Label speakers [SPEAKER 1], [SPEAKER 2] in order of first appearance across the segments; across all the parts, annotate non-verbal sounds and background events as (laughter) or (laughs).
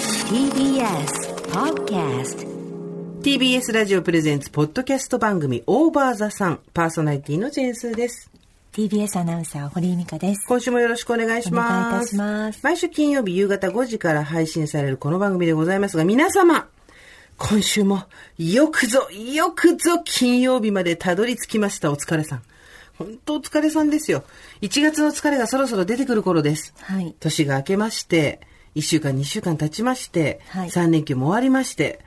[SPEAKER 1] TBS Podcast
[SPEAKER 2] TBS ラジオプレゼンツポッドキャスト番組オーバーザさんパーソナリティのジェーンスーです
[SPEAKER 3] TBS アナウンサー堀井美香です。
[SPEAKER 2] 今週もよろしくお願いします
[SPEAKER 3] お願いいたします
[SPEAKER 2] 毎週金曜日夕方5時から配信されるこの番組でございますが皆様今週もよくぞよくぞ金曜日までたどり着きましたお疲れさん本当お疲れさんですよ1月の疲れがそろそろ出てくる頃です
[SPEAKER 3] はい。
[SPEAKER 2] 年が明けまして、1週間、2週間経ちまして、
[SPEAKER 3] はい
[SPEAKER 2] 3連休も終わりまして、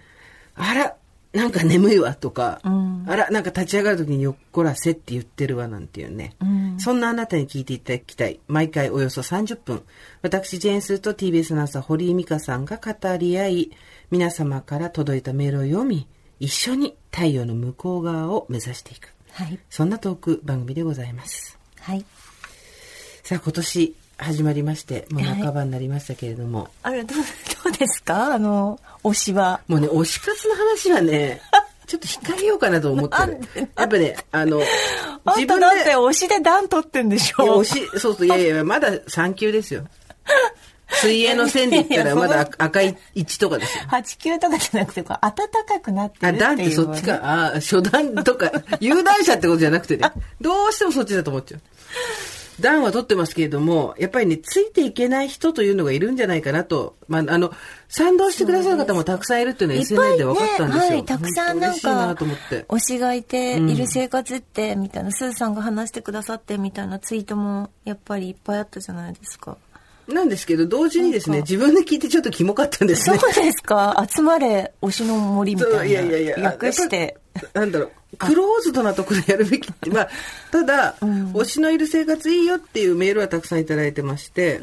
[SPEAKER 2] あら、なんか眠いわとか、あら、なんか立ち上がる時によっこらせって言ってるわなんていうね、そんなあなたに聞いていただきたい。毎回およそ30分。私、ジェーンスーと TBS アナウンサー、堀井美香さんが語り合い、皆様から届いたメールを読み、一緒に太陽の向こう側を目指していく。
[SPEAKER 3] はい。
[SPEAKER 2] そんなトーク番組でございます。
[SPEAKER 3] はい。
[SPEAKER 2] さあ今年始まりましてもう半ばになりましたけれども、
[SPEAKER 3] あれ、どう、 (laughs) どうですかあの、推しは。
[SPEAKER 2] もうね推し活の話はねちょっと控えようかなと思ってるやっぱねあの
[SPEAKER 3] あん
[SPEAKER 2] 自
[SPEAKER 3] た
[SPEAKER 2] 分
[SPEAKER 3] だっ
[SPEAKER 2] で
[SPEAKER 3] て推しで段取ってんでし
[SPEAKER 2] いや
[SPEAKER 3] ょ
[SPEAKER 2] 推しそうそういやいやまだ3級ですよ水泳の線で言ったらまだ赤い1とかですよ
[SPEAKER 3] 八九とかじゃなくて、こう、暖かくなって
[SPEAKER 2] あ
[SPEAKER 3] るっていう、
[SPEAKER 2] 段ってそっち。か、あ初段とか、 (laughs) 有段者ってことじゃなくてね、どうしてもそっちだと思っちゃう。段は取ってますけれども、やっぱりね、ついていけない人というのがいるんじゃないかなと、まあ、あの、賛同してくださる方もたくさんいるっていうのはい
[SPEAKER 3] っぱ
[SPEAKER 2] SNS
[SPEAKER 3] いね、
[SPEAKER 2] で分かったんですよ。
[SPEAKER 3] はい、たくさんなん
[SPEAKER 2] 本
[SPEAKER 3] か、
[SPEAKER 2] 当嬉しいなと思って。
[SPEAKER 3] 推しがいている生活って、みたいな、スーさんが話してくださってみたいなツイートも、やっぱりいっぱいあったじゃないですか。
[SPEAKER 2] なんですけど、同時にですね、
[SPEAKER 3] なんか
[SPEAKER 2] 自分で聞いてちょっとキモかったんです
[SPEAKER 3] そう
[SPEAKER 2] ね。
[SPEAKER 3] ですか集まれ、推しの森みたいな。
[SPEAKER 2] そういやいやいや
[SPEAKER 3] 略して。
[SPEAKER 2] やっぱなんだろうクローズドなところでやる
[SPEAKER 3] (laughs)
[SPEAKER 2] べきってまあただ、推しのいる生活いいよっていうメールはたくさんいただいてまして、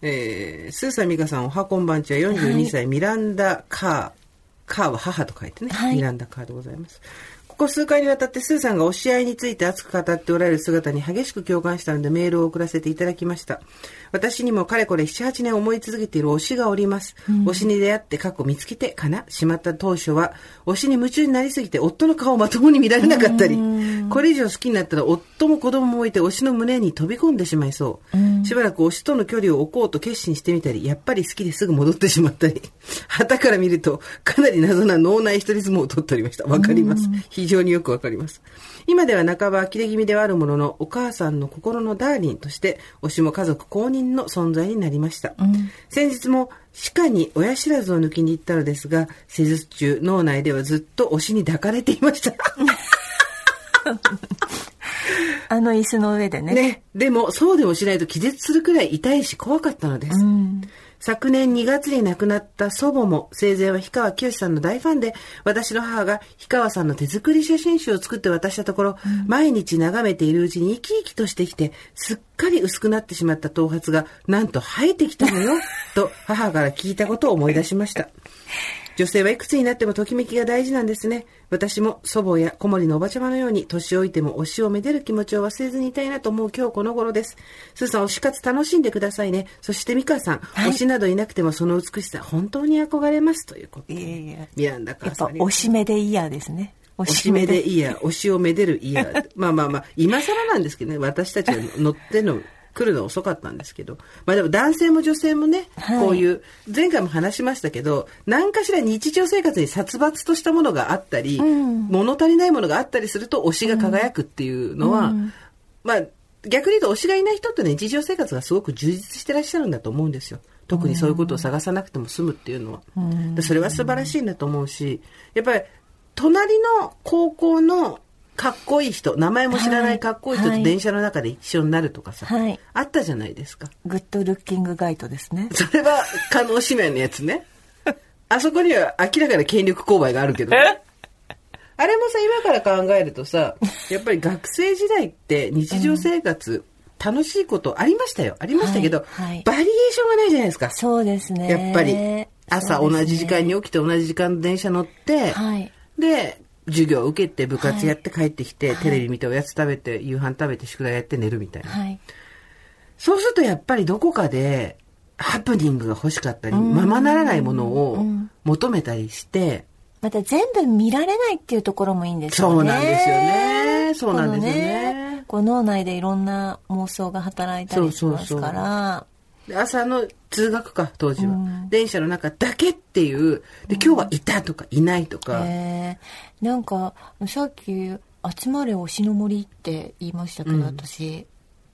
[SPEAKER 2] えースーサミカさんおはこんばんちは42歳、ミランダ・カーカーは母と書いてね、
[SPEAKER 3] はい
[SPEAKER 2] ミランダ・カーでございますここ数回にわたってスーさんが推し合いについて熱く語っておられる姿に激しく共感したのでメールを送らせていただきました。私にもかれこれ7、8年思い続けている推しがおります。推しに出会って過去見つけてかなしまった当初は推しに夢中になりすぎて夫の顔をまともに見られなかったり、これ以上好きになったら夫も子供も置いて推しの胸に飛び込んでしまいそう。しばらく推しとの距離を置こうと決心してみたり、やっぱり好きですぐ戻ってしまったり、 (laughs) 旗から見るとかなり謎な脳内一人相撲を取っておりました。わかります。非常によくわかります。今では半ば呆れ気味ではあるものの、お母さんの心のダーリンとして、推しも家族公認の存在になりました。先日も歯科に親知らずを抜きに行ったのですが、施術中、脳内ではずっと推しに抱かれていました。
[SPEAKER 3] あの椅子の上でね。
[SPEAKER 2] ね。でも、そうでもしないと気絶するくらい痛いし怖かったのです。昨年2月に亡くなった祖母も生前は氷川きよしさんの大ファンで私の母が氷川さんの手作り写真集を作って渡したところ、毎日眺めているうちに生き生きとしてきてすっかり薄くなってしまった頭髪がなんと生えてきたのよと母から聞いたことを思い出しました。女性はいくつになってもときめきが大事なんですね。私も祖母や小森のおばちゃまのように年老いても推しをめでる気持ちを忘れずにいたいなと思う今日この頃です。スーさん推し活楽しんでくださいね。そして美香さん、推しなどいなくてもその美しさ本当に憧れますということ。
[SPEAKER 3] いやいや
[SPEAKER 2] ミランダカ
[SPEAKER 3] や
[SPEAKER 2] ー
[SPEAKER 3] っぱ、
[SPEAKER 2] さんありがとう
[SPEAKER 3] おしめでイヤーですね。お
[SPEAKER 2] 推しめでイヤー、推しをめでるイヤー。 (laughs) まあまあまあ、今更なんですけどね、私たちは乗っての、来るの遅かったんですけど。まあでも男性も女性もね、
[SPEAKER 3] はい
[SPEAKER 2] こういう、前回も話しましたけど、何かしら日常生活に殺伐としたものがあったり、物足りないものがあったりすると推しが輝くっていうのは、まあ、逆に言うと推しがいない人ってね、日常生活がすごく充実してらっしゃるんだと思うんですよ。特にそういうことを探さなくても済むっていうのは。でそれは素晴らしいなと思うし、やっぱり、隣の高校のかっこいい人、名前も知らないかっこいい人
[SPEAKER 3] は
[SPEAKER 2] と
[SPEAKER 3] い
[SPEAKER 2] 電車の中で一緒になるとかさ、
[SPEAKER 3] はい
[SPEAKER 2] あったじゃないですか。
[SPEAKER 3] グッドルッキングガイドですね。
[SPEAKER 2] それは、可能姉妹のやつ
[SPEAKER 3] (laughs)
[SPEAKER 2] ね。あそこには明らかな権力勾配があるけど、ね。あれもさ、今から考えるとさ、やっぱり学生時代って日常生活、楽しいことありましたよ。ありましたけど、
[SPEAKER 3] はいはい
[SPEAKER 2] バリエーションがないじゃないですか。
[SPEAKER 3] そうですね。
[SPEAKER 2] やっぱり、朝
[SPEAKER 3] そうです
[SPEAKER 2] 同
[SPEAKER 3] ね
[SPEAKER 2] じ時間に。起きて同じ時間の電車乗って、
[SPEAKER 3] はい。
[SPEAKER 2] で、授業受けて、部活やって帰ってきて、テレビ見て、おやつ食べて、夕飯食べて、宿題やって寝るみたいな。
[SPEAKER 3] はい。
[SPEAKER 2] そうするとやっぱりどこかで、ハプニングが欲しかったり、ままならないものを求めたりして、
[SPEAKER 3] また全部見られないっていうところもいいんですよね。
[SPEAKER 2] そうなんですよねそうなんですよね
[SPEAKER 3] このねこう脳内でいろんな妄想が働いたりしますから。
[SPEAKER 2] で朝の通学か、当時は。電車の中だけっていう、で、今日はいたとかいないとか、
[SPEAKER 3] えーなんかさっき「集まれ推しの森」って言いましたけど、私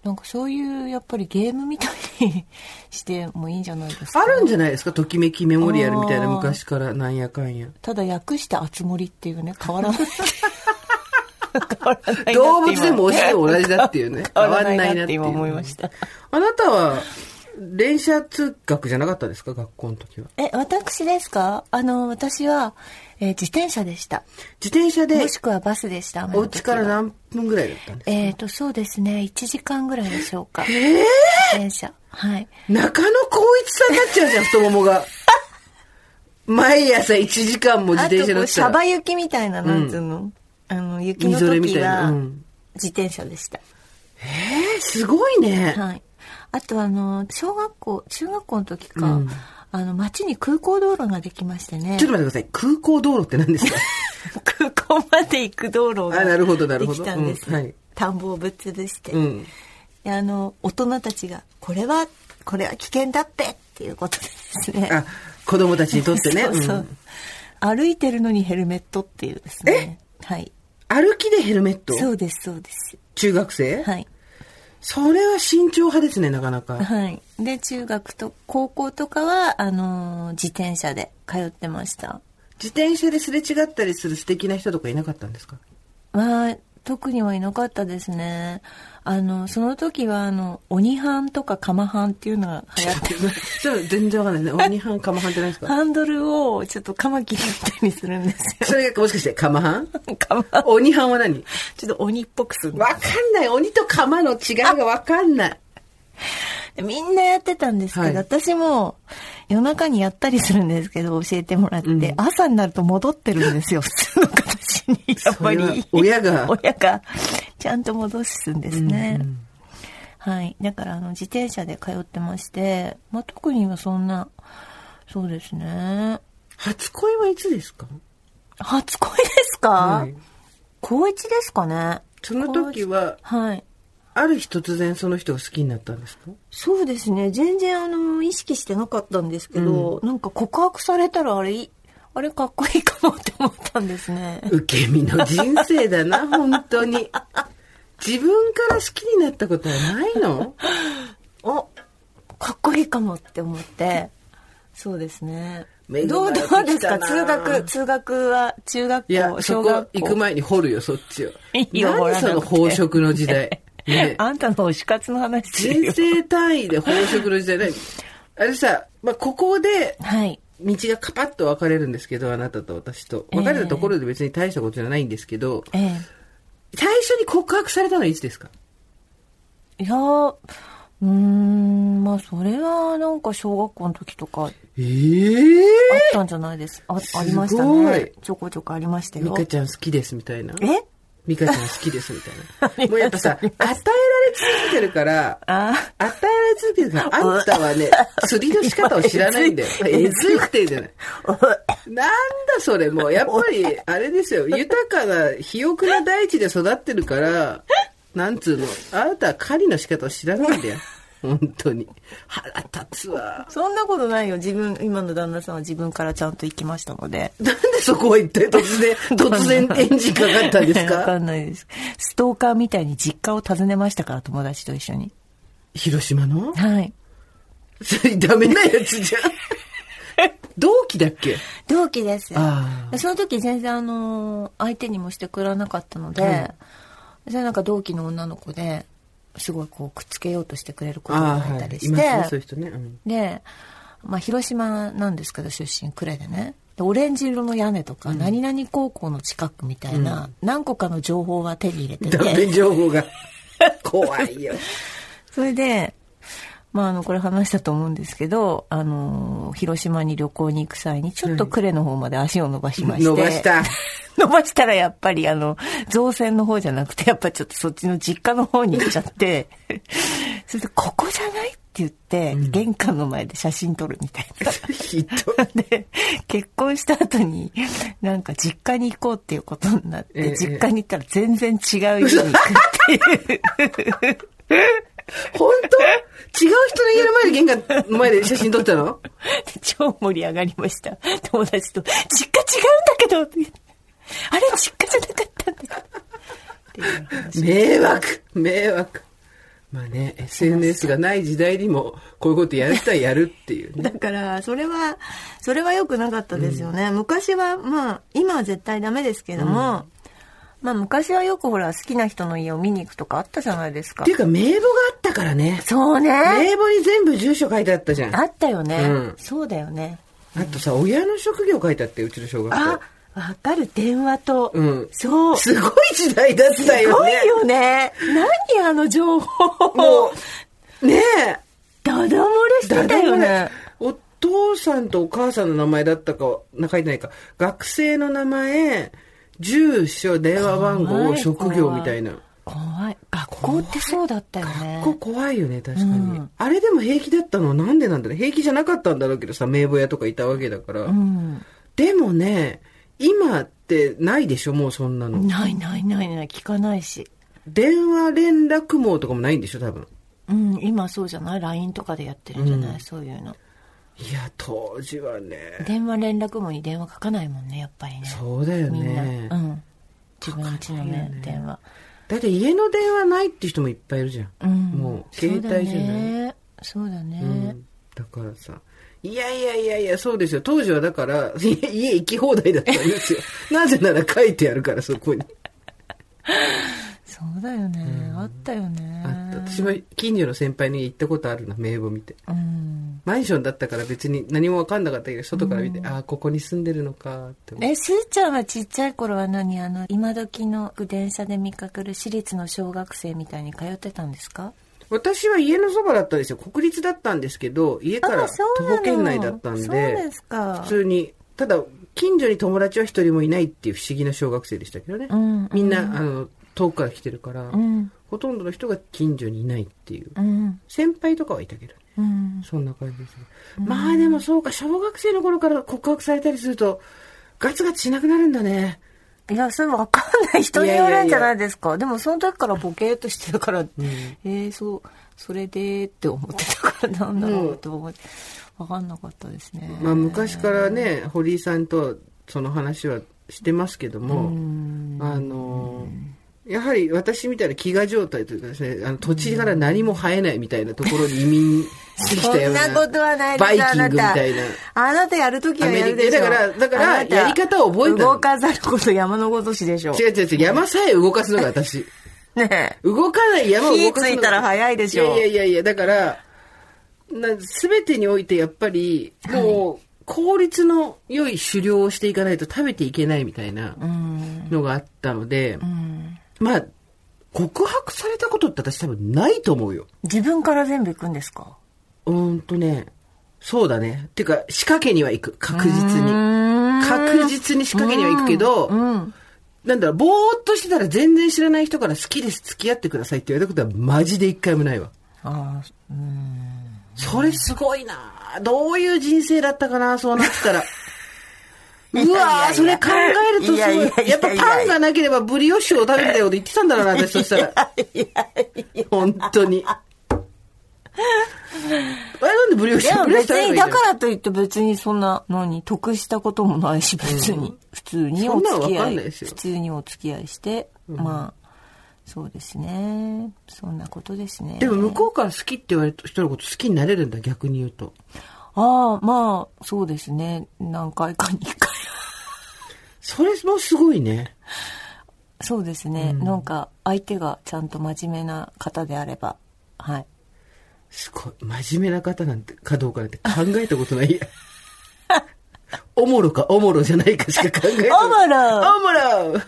[SPEAKER 3] なんかそういうやっぱりゲームみたいにしてもいいんじゃないですか
[SPEAKER 2] あるんじゃないですか、ときめきメモリアルみたいな
[SPEAKER 3] あー
[SPEAKER 2] 昔からなんやかんや。
[SPEAKER 3] ただ訳して「集森」っていうね変わらない変わらないな (laughs) って今
[SPEAKER 2] (laughs) 動物でも推しでも同じだっ
[SPEAKER 3] (laughs)。
[SPEAKER 2] ていうね
[SPEAKER 3] 変わらないなって今思いました
[SPEAKER 2] あなたは、電車通学じゃなかったですか学校の時は。
[SPEAKER 3] え私ですかあの私は、えー自転車でした
[SPEAKER 2] 自転車で
[SPEAKER 3] もし、くはバスでした
[SPEAKER 2] お家から何分ぐらいだったんですか
[SPEAKER 3] えっ、と、そうですね。1時間ぐらいでしょうか。自転車。はい。
[SPEAKER 2] 中野光一さんになっちゃうじゃん、太も
[SPEAKER 3] (laughs)
[SPEAKER 2] もが。毎朝1時間も自
[SPEAKER 3] あと
[SPEAKER 2] 転車
[SPEAKER 3] こ
[SPEAKER 2] 乗っ
[SPEAKER 3] う、
[SPEAKER 2] て
[SPEAKER 3] シ
[SPEAKER 2] た
[SPEAKER 3] ャ
[SPEAKER 2] ら
[SPEAKER 3] バ。雪みたいな、なんつうの、あの、雪の
[SPEAKER 2] みぞれみ
[SPEAKER 3] 時
[SPEAKER 2] たいな
[SPEAKER 3] は
[SPEAKER 2] うん、
[SPEAKER 3] 自転車でした。
[SPEAKER 2] えーすごいね。
[SPEAKER 3] はい。あと、あの、小学校、中学校の時か、
[SPEAKER 2] うん
[SPEAKER 3] あの、街に空港道路ができましてね
[SPEAKER 2] ちょ。っと待ってください。空港道路って何ですか
[SPEAKER 3] 空港まで行く道路が。
[SPEAKER 2] あなるほどなるほ
[SPEAKER 3] で
[SPEAKER 2] ど
[SPEAKER 3] きたんです。
[SPEAKER 2] うんはい
[SPEAKER 3] 田んぼをぶっ潰して。
[SPEAKER 2] うん。
[SPEAKER 3] であの、大人たちが、これは、これは危険だってっていうことでですね。
[SPEAKER 2] あ、子供たちにとってね。
[SPEAKER 3] そうそう
[SPEAKER 2] うん
[SPEAKER 3] 歩いてるのにヘルメットっていうですね。はい。
[SPEAKER 2] 歩きでヘルメット
[SPEAKER 3] そうです、そうです。
[SPEAKER 2] 中学生
[SPEAKER 3] はい。
[SPEAKER 2] それは慎重派ですね、なかなか。
[SPEAKER 3] はい。で、中学と高校とかは、あのー自転車で通ってました。
[SPEAKER 2] 自転車ですれ違ったりする素敵な人とかいなかったんですか
[SPEAKER 3] まあ、特にはいなかったですね。あの、その時は、あの、鬼班とか釜班っていうのが流行って、
[SPEAKER 2] そう全然わかんないね。鬼半、釜半って何ですか
[SPEAKER 3] ハンドルをちょっとカマキリみたいにするんです
[SPEAKER 2] それがもしかして釜半
[SPEAKER 3] よ。 (laughs) 釜班
[SPEAKER 2] 鬼半は
[SPEAKER 3] (laughs)
[SPEAKER 2] 何
[SPEAKER 3] ちょっと鬼っぽくするんで
[SPEAKER 2] わかんない。鬼と釜の違いがわかんない。
[SPEAKER 3] みんなやってたんですけど、
[SPEAKER 2] はい
[SPEAKER 3] 私も夜中にやったりするんですけど、教えてもらって、
[SPEAKER 2] うん
[SPEAKER 3] 朝になると戻ってるんですよ、普通の形に。やっぱ
[SPEAKER 2] それ
[SPEAKER 3] り
[SPEAKER 2] は。親
[SPEAKER 3] (laughs)
[SPEAKER 2] (laughs) が
[SPEAKER 3] 親が、ちゃんと戻すんですね。はい。だから、あの、自転車で通ってまして、まあ、特にはそんな、そうですね。
[SPEAKER 2] 初恋はいつですか
[SPEAKER 3] 初恋ですか、
[SPEAKER 2] はい
[SPEAKER 3] 高一ですかね。
[SPEAKER 2] その時は、
[SPEAKER 3] はい。
[SPEAKER 2] ある日突然その人が好きになったんですか
[SPEAKER 3] そうですね全然あの意識してなかったんですけど、なんか告白されたらあれいあれかっこいいかもって思ったんですね
[SPEAKER 2] 受け身の人生だ
[SPEAKER 3] (laughs)
[SPEAKER 2] な、本当に。自分から好きになったことはな
[SPEAKER 3] (laughs)
[SPEAKER 2] いの
[SPEAKER 3] おかっこいいかもって思ってそうですね
[SPEAKER 2] 恵まれてきた
[SPEAKER 3] どうど
[SPEAKER 2] な
[SPEAKER 3] うですか通学通学は中学
[SPEAKER 2] いや、
[SPEAKER 3] 校
[SPEAKER 2] そ
[SPEAKER 3] 小
[SPEAKER 2] こ
[SPEAKER 3] 学校
[SPEAKER 2] 行く前に掘るよ、そっ
[SPEAKER 3] (laughs)
[SPEAKER 2] ちを。
[SPEAKER 3] いいよ掘ら
[SPEAKER 2] 何
[SPEAKER 3] なくて
[SPEAKER 2] その飽食の時
[SPEAKER 3] (laughs)
[SPEAKER 2] 代。ね
[SPEAKER 3] あんたの推し活の話する
[SPEAKER 2] 人
[SPEAKER 3] よ
[SPEAKER 2] 生単位で飽食の時代何あれさ、まあ、ここで
[SPEAKER 3] はい
[SPEAKER 2] 道がカパッと分かれるんですけど、あなたと私と。
[SPEAKER 3] ええ
[SPEAKER 2] 別れたところで別に大したことじゃないんですけど、
[SPEAKER 3] ええ
[SPEAKER 2] 最初に告白されたのはいつですか
[SPEAKER 3] いやーうーんまあそれはなんか小学校の時とか
[SPEAKER 2] ええ
[SPEAKER 3] あったんじゃないです。あ、ありました
[SPEAKER 2] すごい
[SPEAKER 3] ね。ちょこちょこありました
[SPEAKER 2] ミ
[SPEAKER 3] よ
[SPEAKER 2] カ。ちゃん好きですみたいな。
[SPEAKER 3] え
[SPEAKER 2] ミカちゃん好きですみたい
[SPEAKER 3] ありがとう
[SPEAKER 2] な。もうやっぱさ、与えられ続けてるから、
[SPEAKER 3] あ
[SPEAKER 2] 与えられ続けてるから、あんたはね、釣りの仕方を知らないんだよ。えずいってんじゃない。なんだそれもう、やっぱり、あれですよ、豊かな、肥沃な大地で育ってるから、なんつうの、あなたは狩りの仕方を知らないんだよ。本当に。腹立つわ。
[SPEAKER 3] そんなことないよ。自分、今の旦那さんは自分からちゃんと行きましたので。
[SPEAKER 2] なんでそこは一体突
[SPEAKER 3] (laughs)
[SPEAKER 2] 然、突然エンジンかかったんです
[SPEAKER 3] わか
[SPEAKER 2] か
[SPEAKER 3] ん (laughs) ないです。ストーカーみたいに実家を訪ねましたから、友達と一緒に。
[SPEAKER 2] 広島の (laughs)
[SPEAKER 3] はい。
[SPEAKER 2] それダメなやつ
[SPEAKER 3] (laughs)
[SPEAKER 2] じゃん。同期だっけ
[SPEAKER 3] 同期です
[SPEAKER 2] あ
[SPEAKER 3] その時全然あの、相手にもしてくれなかったので、それなんか同期の女の子で、すごいこう、くっつけようとしてくれる子
[SPEAKER 2] あ
[SPEAKER 3] が
[SPEAKER 2] ー、
[SPEAKER 3] い
[SPEAKER 2] は
[SPEAKER 3] た
[SPEAKER 2] い。
[SPEAKER 3] り
[SPEAKER 2] い
[SPEAKER 3] し
[SPEAKER 2] ます
[SPEAKER 3] て、
[SPEAKER 2] ね、そういう人ね。うん
[SPEAKER 3] で、まあ、広島なんですけど出身呉でねでオレンジ色の屋根とか、何々高校の近くみたいな、何個かの情報は手に入れて
[SPEAKER 2] 断
[SPEAKER 3] て
[SPEAKER 2] 片情報
[SPEAKER 3] (laughs)
[SPEAKER 2] が怖いよ。
[SPEAKER 3] それで、まあ、あのこれ話したと思うんですけどあの広島に旅行に行く際にちょっと呉の方まで足を伸ばしまして、
[SPEAKER 2] 伸ばした。
[SPEAKER 3] (laughs) 伸ばしたらやっぱりあの、造船の方じゃなくて、やっぱちょっとそっちの実家の方に行っちゃって、 (laughs) それで、ここじゃないって言って、玄関の前で写真撮るみたいな。 (laughs)
[SPEAKER 2] ひどい。
[SPEAKER 3] で、結婚した後に、なんか実家に行こうっていうことになって、
[SPEAKER 2] ええ
[SPEAKER 3] 実家に行ったら全然違う家に行くっていう。
[SPEAKER 2] 本当違う人の家の前で玄関の前で写真撮っ
[SPEAKER 3] (laughs)
[SPEAKER 2] たの
[SPEAKER 3] 超盛り上がりました。友達と、実家違うんだけどってあれ、実家じゃなかったんだけど。っていう話
[SPEAKER 2] 迷惑迷惑まあね SNS がない時代にもこういうことやる人はやるっていうね
[SPEAKER 3] だから、 (laughs) それは、それは良くなかったですよね。昔は、まあ、今は絶対ダメですけども、まあ、昔はよくほら、好きな人の家を見に行くとかあったじゃないですか
[SPEAKER 2] ってい。うか名簿があったからね
[SPEAKER 3] そうね。
[SPEAKER 2] 名簿に全部住所書いてあったじゃん
[SPEAKER 3] あったよね、
[SPEAKER 2] うん
[SPEAKER 3] そうだよね。
[SPEAKER 2] あとさ親の職業書いてあってうちの小学
[SPEAKER 3] あ
[SPEAKER 2] 校、
[SPEAKER 3] わかる、電話と。
[SPEAKER 2] うん
[SPEAKER 3] そう。す
[SPEAKER 2] すごい時代だったよ
[SPEAKER 3] ご
[SPEAKER 2] ね
[SPEAKER 3] いよね。何あの情報。
[SPEAKER 2] もうねえ
[SPEAKER 3] ダダ漏れしてたよね。
[SPEAKER 2] お父さんとお母さんの名前だったかは、な書いてないか。学生の名前、住所、電話番号、
[SPEAKER 3] 怖い
[SPEAKER 2] 職業みたいな。
[SPEAKER 3] 怖い。学校ってそうだったよね。
[SPEAKER 2] ここ怖いよね、確かに、
[SPEAKER 3] うん
[SPEAKER 2] あれでも平気だったのはなんでなんだろう。平気じゃなかったんだろうけどさ、名簿屋とかいたわけだから。
[SPEAKER 3] うん。
[SPEAKER 2] でもね、今ってないでしょ、もうそんなの。
[SPEAKER 3] ないないないない、聞かないし。
[SPEAKER 2] 電話連絡網とかもないんでしょ、多分。
[SPEAKER 3] うん、今そうじゃない ?LINE とかでやってるんじゃない、
[SPEAKER 2] うん
[SPEAKER 3] そういうの。
[SPEAKER 2] いや、当時はね。
[SPEAKER 3] 電話連絡網に電話書かないもんね、やっぱりね。
[SPEAKER 2] そうだよ
[SPEAKER 3] みんな。
[SPEAKER 2] ね。
[SPEAKER 3] うん。自分家のね、電話。
[SPEAKER 2] だって家の電話ないって人もいっぱいいるじゃん。
[SPEAKER 3] うん。
[SPEAKER 2] もう、携帯じ
[SPEAKER 3] そう
[SPEAKER 2] ゃない。
[SPEAKER 3] だね。そうだね。
[SPEAKER 2] うんだからさ、いやいやいやいや、そうですよ。当時はだから、 (laughs) い家行き放題だったん
[SPEAKER 3] (laughs)
[SPEAKER 2] ですよ。なぜなら書いてあるから、そこに。
[SPEAKER 3] そうだよね、あったよね。
[SPEAKER 2] あった。私も近所の先輩に行ったことあるな、名簿見て。
[SPEAKER 3] うん。
[SPEAKER 2] マンションだったから別に何もわかんなかったけど、外から見て、ああ、ここに住んでるのかって思って。
[SPEAKER 3] え、すーちゃんはちっちゃい頃は何あの、今時の電車で見かける私立の小学生みたいに通ってたんですか
[SPEAKER 2] 私は家のそばだったんですよ。国立だったんですけど、家から
[SPEAKER 3] あそう
[SPEAKER 2] 徒
[SPEAKER 3] なの
[SPEAKER 2] 歩圏内だったんで、
[SPEAKER 3] そうですか
[SPEAKER 2] 普通に、ただ、近所に友達は一人もいないっていう不思議な小学生でしたけどね。
[SPEAKER 3] うんうん
[SPEAKER 2] みんな、あの、遠くから来てるから、
[SPEAKER 3] うん。
[SPEAKER 2] ほとんどの人が近所にいないっていう。
[SPEAKER 3] うん。
[SPEAKER 2] 先輩とかはいたけどね。
[SPEAKER 3] うん。
[SPEAKER 2] そんな感じですね。まあでもそうか、小学生の頃から告白されたりすると、ガツガツしなくなるんだね。
[SPEAKER 3] いや、それわかんない人によるんじゃないですか。でもその時からボケーっとしてるから、えー、そう、それでって思ってたからなんだろうと思って、わかんなかったですね。
[SPEAKER 2] まあ昔からね、堀井さんとはその話はしてますけども、あのー、やはり私みたいな飢餓状態というかですね、あの土地から何も生えないみたいなところに移民してき
[SPEAKER 3] そ
[SPEAKER 2] たようんな。
[SPEAKER 3] なことはないです
[SPEAKER 2] バイキングみたいな。
[SPEAKER 3] あなたやるときはやるでしょ。
[SPEAKER 2] アメリカだからだから
[SPEAKER 3] あなた
[SPEAKER 2] やり方を覚えたの
[SPEAKER 3] 動かざること山のごとしでしょ。
[SPEAKER 2] 違う違う違う、山さえ動かすの
[SPEAKER 3] (laughs)
[SPEAKER 2] が私。
[SPEAKER 3] ねえ。
[SPEAKER 2] 動かない山を動かすのが
[SPEAKER 3] 火ついたら早いでしょ
[SPEAKER 2] いやいやいやいやだからな全てにおいてやっぱりもう効率の良い狩猟をしていかないと食べていけないみたいな
[SPEAKER 3] うん。
[SPEAKER 2] のがあったので、
[SPEAKER 3] うん。
[SPEAKER 2] まあ告白されたことって私多分ないと思うよ
[SPEAKER 3] 自分から全部行くんですか
[SPEAKER 2] うーんとねそうだねっていうか仕掛けには行く確実に確実に仕掛けには行くけど、
[SPEAKER 3] うん。
[SPEAKER 2] なんだろうぼーっとしてたら全然知らない人から好きです付き合ってくださいって言われたことはマジで一回もないわ
[SPEAKER 3] ああ、うん。
[SPEAKER 2] それすごいなどういう人生だったかなそうなってたら。うわ
[SPEAKER 3] (laughs) いやいや
[SPEAKER 2] ーそれ考えるとすご
[SPEAKER 3] い
[SPEAKER 2] い
[SPEAKER 3] やいやいやいや
[SPEAKER 2] やっぱパンがなければブリオッシュを食べてたよって言ってたんだろうな、私としたら。本当に。あれなんでブリオッ
[SPEAKER 3] い
[SPEAKER 2] シュ
[SPEAKER 3] や
[SPEAKER 2] ブリオッ
[SPEAKER 3] 別
[SPEAKER 2] シュ食べればいい
[SPEAKER 3] に、
[SPEAKER 2] じゃ
[SPEAKER 3] だ
[SPEAKER 2] ん
[SPEAKER 3] からといって別にそんなのに得したこともないし、別に。普通にお
[SPEAKER 2] そ
[SPEAKER 3] 付
[SPEAKER 2] んなの
[SPEAKER 3] き
[SPEAKER 2] わか
[SPEAKER 3] 合
[SPEAKER 2] ん
[SPEAKER 3] い
[SPEAKER 2] ないですよ
[SPEAKER 3] 普通にお付き合いして、まあ、そうですね。そんなことですね。
[SPEAKER 2] でも向こうから好きって言われた人のこと好きになれるんだ、逆に言うと。
[SPEAKER 3] ああ、まあ、そうですね。何回かに一回。
[SPEAKER 2] それもすごいね。
[SPEAKER 3] そうですね。なんか、相手がちゃんと真面目な方であれば、はい。
[SPEAKER 2] すごい。真面目な方なんて、かどうかなんて考えたこ
[SPEAKER 3] (laughs)
[SPEAKER 2] とないや。おもろかおもろじゃないかしか考えた
[SPEAKER 3] おもろ
[SPEAKER 2] おもろ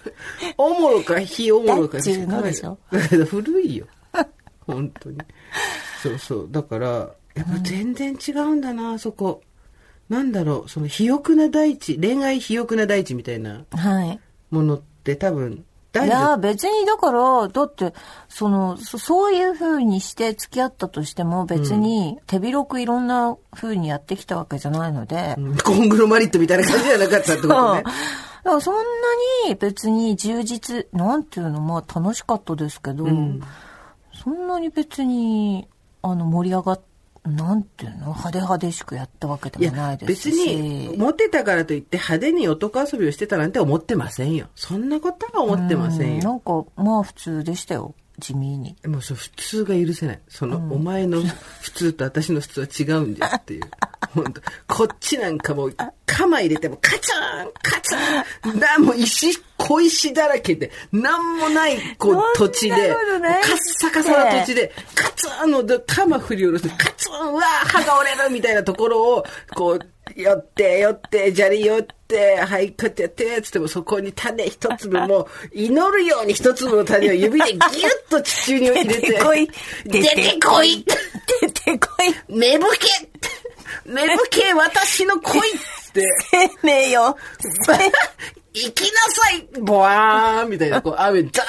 [SPEAKER 2] おもろか非おもろかし
[SPEAKER 3] だっちゅう
[SPEAKER 2] か考
[SPEAKER 3] の
[SPEAKER 2] え
[SPEAKER 3] で
[SPEAKER 2] た
[SPEAKER 3] しょ
[SPEAKER 2] だけど (laughs) 古いよ。本当に。そうそう。だから、やっぱ全然違うんだな、そこ。なんだろう、その、肥沃な大地、恋愛肥沃な大地みたいな
[SPEAKER 3] はい。
[SPEAKER 2] ものって多分、
[SPEAKER 3] い
[SPEAKER 2] 男
[SPEAKER 3] や、
[SPEAKER 2] 女、
[SPEAKER 3] 別に、だから、だって、その、そそういう風にして付き合ったとしても、別に手広くいろんな風にやってきたわけじゃないので、
[SPEAKER 2] うんコングロマリットみたいな感じじゃなかったってこ
[SPEAKER 3] だ
[SPEAKER 2] とね
[SPEAKER 3] か。らそんなに別に充実、なんていうの、まあ楽しかったですけど、そんなに別に、あの、盛り上がっなんていうの派手派手しくやったわけ
[SPEAKER 2] い
[SPEAKER 3] でもな
[SPEAKER 2] や
[SPEAKER 3] い、です
[SPEAKER 2] 別
[SPEAKER 3] し。
[SPEAKER 2] に、モテたからといって派手に男遊びをしてたなんて思ってませんよ。そんなことは思ってません
[SPEAKER 3] う
[SPEAKER 2] よ。
[SPEAKER 3] なんか、まあ普通でしたよ。地味に。
[SPEAKER 2] もうそう普通が許せないその、お前の普通と私の普通は違うんですっていう
[SPEAKER 3] (laughs)
[SPEAKER 2] 本当こっちなんかもう鎌入れてもカチャーンカチャーンなもう石小石だらけでなんもないこう
[SPEAKER 3] そんなこと
[SPEAKER 2] 土地でもう
[SPEAKER 3] ないって
[SPEAKER 2] カッサカサな土地でカツーンので鎌振り下ろしてカツーンうわー歯が折れるみたいなところをこう寄って寄って砂利寄ってはいこうやってやってつってもそこに種一粒もう祈るように一粒の種を指でギュッと地中に入れて
[SPEAKER 3] 出てこい
[SPEAKER 2] 出てこい
[SPEAKER 3] 出てこい
[SPEAKER 2] 芽吹け芽吹け私の恋って
[SPEAKER 3] 生命よ
[SPEAKER 2] (laughs) 行きなさいボワーンみたいな、こう、雨、ザ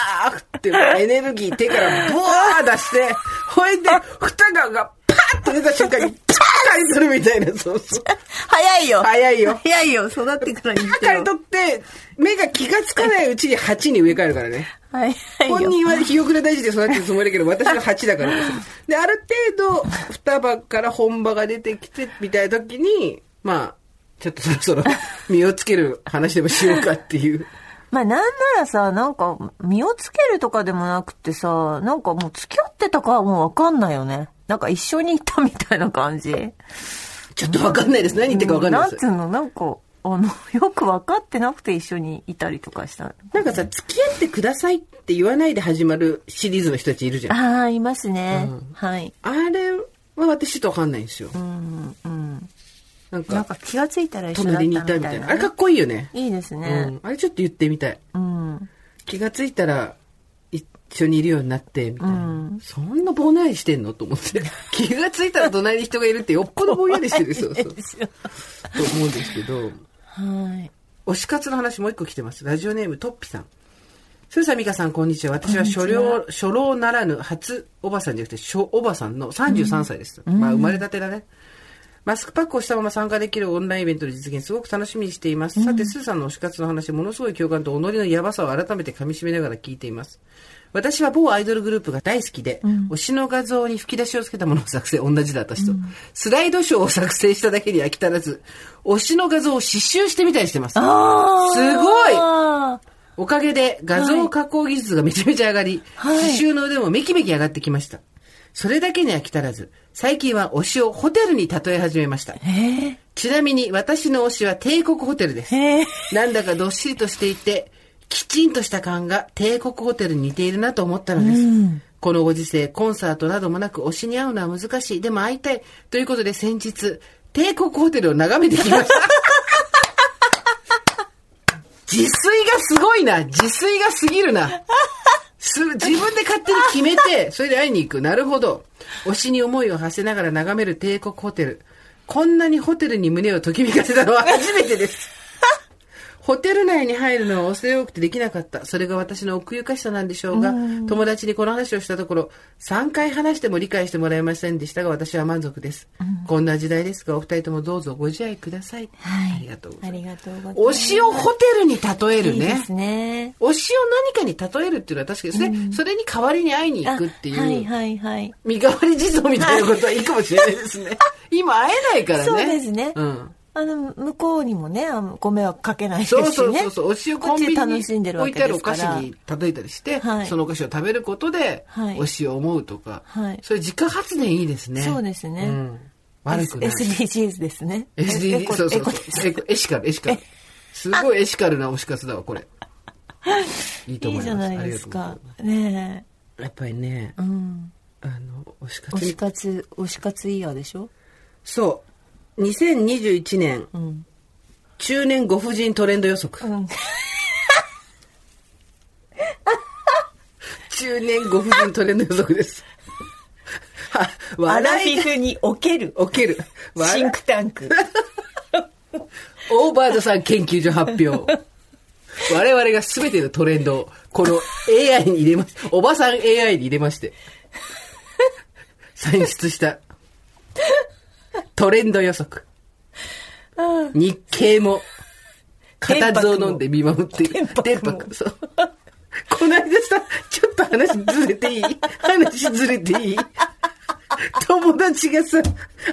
[SPEAKER 2] ーって、エネルギー手からボワー出して、ほいで、蓋ががパーッと出た瞬間に、パーッとするみたいな、そうそう。
[SPEAKER 3] 早いよ
[SPEAKER 2] 早いよ
[SPEAKER 3] 早いよ育ってからにして
[SPEAKER 2] 刈り
[SPEAKER 3] よ
[SPEAKER 2] 取って、目が気がつかないうちに鉢に植え替えるからね。
[SPEAKER 3] 早いよ
[SPEAKER 2] 本人は肥沃な大事で育てるつもりだけど、私は鉢だからです。で、ある程度、双葉から本葉が出てきて、みたいな時に、まあ、ちょっとそろそろ実をつける話でもしようかっていう。
[SPEAKER 3] まあなんならさなんか身をつけるとかでもなくてさなんかもう付き合ってたかはもう分かんないよねなんか一緒にいたみたいな感じ
[SPEAKER 2] ちょっとわかんないです。何言ってるかわかんない
[SPEAKER 3] ん
[SPEAKER 2] で
[SPEAKER 3] つ
[SPEAKER 2] す。
[SPEAKER 3] うのなんかあの (laughs) よく分かってなくて一緒にいたりとかした
[SPEAKER 2] なんかさ、付き合ってくださいって言わないで始まるシリーズの人たちいるじゃん。あ
[SPEAKER 3] ああいますね、はい
[SPEAKER 2] れは私ちょっとわかんないんですよ。
[SPEAKER 3] うんうん
[SPEAKER 2] なん
[SPEAKER 3] なん
[SPEAKER 2] か、
[SPEAKER 3] か気がついたら一緒だった
[SPEAKER 2] 隣
[SPEAKER 3] み
[SPEAKER 2] に
[SPEAKER 3] た
[SPEAKER 2] い
[SPEAKER 3] い
[SPEAKER 2] た
[SPEAKER 3] な
[SPEAKER 2] みたい
[SPEAKER 3] ね
[SPEAKER 2] な。あれかっこいいよね。
[SPEAKER 3] いいです
[SPEAKER 2] う
[SPEAKER 3] ね
[SPEAKER 2] ん。あれちょっと言ってみたい。
[SPEAKER 3] うん
[SPEAKER 2] 気がついたら、一緒にいるようになって、みたいな。
[SPEAKER 3] うん
[SPEAKER 2] そんなぼんやりしてんのと思って。 (laughs) 気がついたら隣に人がいるってよっぽどぼんやりしてる。そうそう。と思うんですけど。
[SPEAKER 3] はい。
[SPEAKER 2] 推し活の話もう一個来てます。ラジオネームトッピさん。スーサミカさん、こんにちは。私は初老、初老ならぬ初おばさんじゃなくて、初おばさんの33歳です。まあ、生まれたてだね。マスクパックをしたまま参加できるオンラインイベントの実現、すごく楽しみにしています。さて、スーさんの推し活の話、ものすごい共感と己のやばさを改めて噛み締めながら聞いています。私は某アイドルグループが大好きで、推しの画像に吹き出しをつけたものを作成、同じだ、私と。スライドショーを作成しただけに飽き足らず、推しの画像を刺繍してみたりしてます。
[SPEAKER 3] あー
[SPEAKER 2] すごいおかげで画像加工技術がめちゃめちゃ上がり、
[SPEAKER 3] はい
[SPEAKER 2] 刺繍の腕もめきめき上がってきました。それだけには飽き足らず、最近は推しをホテルに例え始めました。
[SPEAKER 3] え
[SPEAKER 2] ちなみに私の推しは帝国ホテルです
[SPEAKER 3] ー、。えー、
[SPEAKER 2] なんだかどっしりとしていて、きちんとした感が帝国ホテルに似ているなと思ったのです。このご時世、コンサートなどもなく推しに会うのは難しい。でも会いたい。ということで先日、帝国ホテルを眺めてきました。自炊がすごいな。自炊がすぎるな。す自分で勝手に決め (laughs) て、それで会いに行く。なるほど。推しに思いを馳せながら眺める帝国ホテル。こんなにホテルに胸をときめかせたの (laughs) は初めてです。ホテル内に入るのは恐れ多くてできなかった。それが私の奥ゆかしさなんでしょうが、友達にこの話をしたところ、3回話しても理解してもらえませんでしたが、私は満足です。こんな時代ですが、お二人ともどうぞご自愛ください。ありがとうござ
[SPEAKER 3] あ
[SPEAKER 2] い
[SPEAKER 3] り
[SPEAKER 2] ま
[SPEAKER 3] がとうございます
[SPEAKER 2] す。。推しをホテルに例える
[SPEAKER 3] いい
[SPEAKER 2] ね。
[SPEAKER 3] ですね。
[SPEAKER 2] 推しを何かに例えるっていうのは確かにですね、それに代わりに会いに行くっていう、
[SPEAKER 3] あはいはいはい。
[SPEAKER 2] 身代わり地蔵みたいなことはいいかもしれないですね。 (laughs) 今会えないからね。
[SPEAKER 3] そうですね
[SPEAKER 2] うん。
[SPEAKER 3] あの、向こうにもね、あのご迷惑かけないですし
[SPEAKER 2] そう
[SPEAKER 3] ね。
[SPEAKER 2] そうそうそう、推しをコンビニ
[SPEAKER 3] こっちで
[SPEAKER 2] に
[SPEAKER 3] 楽しんでるわ
[SPEAKER 2] 置い
[SPEAKER 3] け
[SPEAKER 2] てある
[SPEAKER 3] で
[SPEAKER 2] お
[SPEAKER 3] すか
[SPEAKER 2] 菓
[SPEAKER 3] ら。
[SPEAKER 2] 子に例えたりして、
[SPEAKER 3] はい
[SPEAKER 2] そのお菓子を食べることで、
[SPEAKER 3] はい
[SPEAKER 2] 推しを思うとか、
[SPEAKER 3] はい
[SPEAKER 2] それ自家発電いいですね。
[SPEAKER 3] そうですね
[SPEAKER 2] ん、悪くない。
[SPEAKER 3] SDGs ですね。エ
[SPEAKER 2] SD
[SPEAKER 3] コ
[SPEAKER 2] そうそ
[SPEAKER 3] エ
[SPEAKER 2] う
[SPEAKER 3] コ
[SPEAKER 2] そ
[SPEAKER 3] で
[SPEAKER 2] うエコエシカルエシカルすごいエシカルな推し活だわこれいいと
[SPEAKER 3] い
[SPEAKER 2] 思
[SPEAKER 3] い
[SPEAKER 2] い
[SPEAKER 3] じ
[SPEAKER 2] ます
[SPEAKER 3] ゃない
[SPEAKER 2] あり
[SPEAKER 3] で
[SPEAKER 2] が
[SPEAKER 3] す
[SPEAKER 2] とうござい
[SPEAKER 3] か
[SPEAKER 2] ま。
[SPEAKER 3] ね
[SPEAKER 2] すやっぱりね
[SPEAKER 3] え。うん。
[SPEAKER 2] あの推し活
[SPEAKER 3] 推
[SPEAKER 2] に
[SPEAKER 3] し活、推し活イヤーでしょ
[SPEAKER 2] そう2021年、
[SPEAKER 3] ん
[SPEAKER 2] 中年ご婦人トレンド予測、
[SPEAKER 3] うん。
[SPEAKER 2] 中年ご婦人トレンド予測です (laughs) は笑いが
[SPEAKER 3] フにおける
[SPEAKER 2] 起きる笑い
[SPEAKER 3] タンク。
[SPEAKER 2] オーバードさん研究所発表我々が全てのトレンドをこの AI に入れましておばさん AI に入れまして算出したトレンド予測日経も固唾を飲んで見守っている
[SPEAKER 3] 天白も
[SPEAKER 2] 天白そうこ隣でさ、ちょっと話ずれていい話ずれていい (laughs) 友達がさ、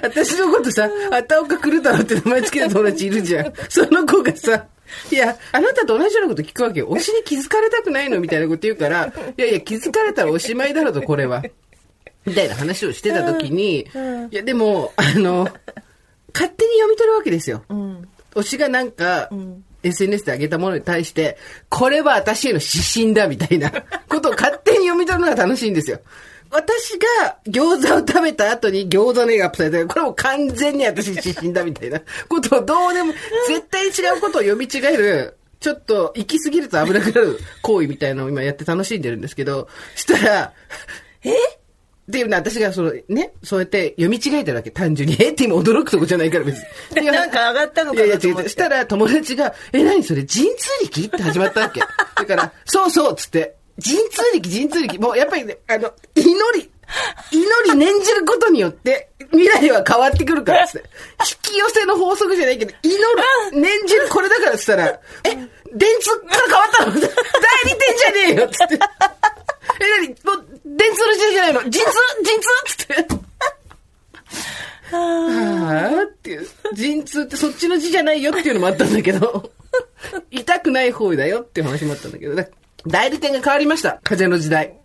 [SPEAKER 2] 私のことさ、あたおか来るだろって名前つけた友達いるじゃ (laughs) ん。その子がさ、いや、あなたと同じようなこと聞くわけよ。推しに気づかれたくないのみたいなこと言うから、いやいや、気づかれたらおしまいだろと、これは。みたいな話をしてた時に、いや、でも、あの、勝手に読み取るわけですよ。推しがなんか、SNS で上げたものに対して、これは私への指針だみた
[SPEAKER 3] (laughs)
[SPEAKER 2] いなことを勝手に読み取るのが楽しいんですよ。私が餃子を食べた後に餃子の絵がアップされてこれも完全に私指針だみたいなことをどうでも、絶対違うことを読み違える、ちょっと行き過ぎると危なくなる行為みたいなのを今やって楽しんでるんですけど、したら、で、いうのは私がそのね、そうやって読み違えただけ、単純に。えって今驚くとこじゃないから別に。
[SPEAKER 3] (laughs) なんか上がったのかなと思って
[SPEAKER 2] いやいや違うしたら友達が、え、何それ、神通力って始まったわ (laughs) け。だから、そうそうっつって、神通力、神通力。もうやっぱりね、あの、祈り、祈り念じることによって、未来は変わってくるからっつ (laughs) って。引き寄せの法則じゃないけど、祈る、念じるこれだからっつったら、え、電通から変わったの代理店じゃねえよっつ (laughs) って。え、何もう、電通の時代じゃないの陣痛陣痛っつって。 (laughs) ああっていう。陣痛ってそっちの字じゃないよっていうのもあったんだけ (laughs) ど、痛くない方だよっていう話もあったんだけど、だ代理店が変わりました。風の時代。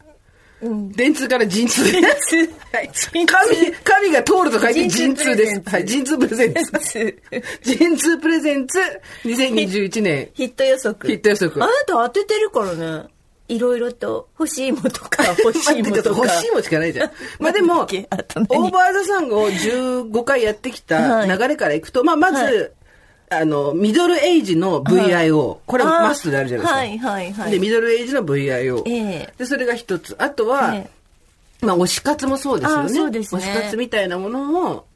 [SPEAKER 2] 電通から陣痛です。はい神、神が通ると書いて陣痛です。はい、陣痛プレゼンツ。陣痛プレゼンツ、2021年。
[SPEAKER 4] ヒット予測。
[SPEAKER 2] ヒット予測
[SPEAKER 4] あなた当ててるからね。いろいろと、欲しいもとか、欲しいも
[SPEAKER 2] 待ってちょ
[SPEAKER 4] と
[SPEAKER 2] っと
[SPEAKER 4] か
[SPEAKER 2] (laughs) 欲。しいもしかない
[SPEAKER 3] (laughs)
[SPEAKER 2] じゃん。まあで
[SPEAKER 3] な
[SPEAKER 2] も、
[SPEAKER 3] ん
[SPEAKER 2] オ
[SPEAKER 3] だっけあと
[SPEAKER 2] ー
[SPEAKER 3] 何
[SPEAKER 2] バーザさんを15回やってきた
[SPEAKER 3] (laughs) はい
[SPEAKER 2] 流れからいくと、まあまず、あの、ミドルエイジの VIO。これはマストであるじゃ
[SPEAKER 3] は
[SPEAKER 2] ない
[SPEAKER 3] い
[SPEAKER 2] です
[SPEAKER 3] はいは
[SPEAKER 2] か。
[SPEAKER 3] い。
[SPEAKER 2] で、ミドルエイジの
[SPEAKER 3] ええ
[SPEAKER 2] VIO。で、それが一つ。あとは
[SPEAKER 3] ええ、
[SPEAKER 2] まあ推し活もそうですよ
[SPEAKER 3] あ
[SPEAKER 2] ね。
[SPEAKER 3] ーそうですね
[SPEAKER 2] 推し活みたいなものも、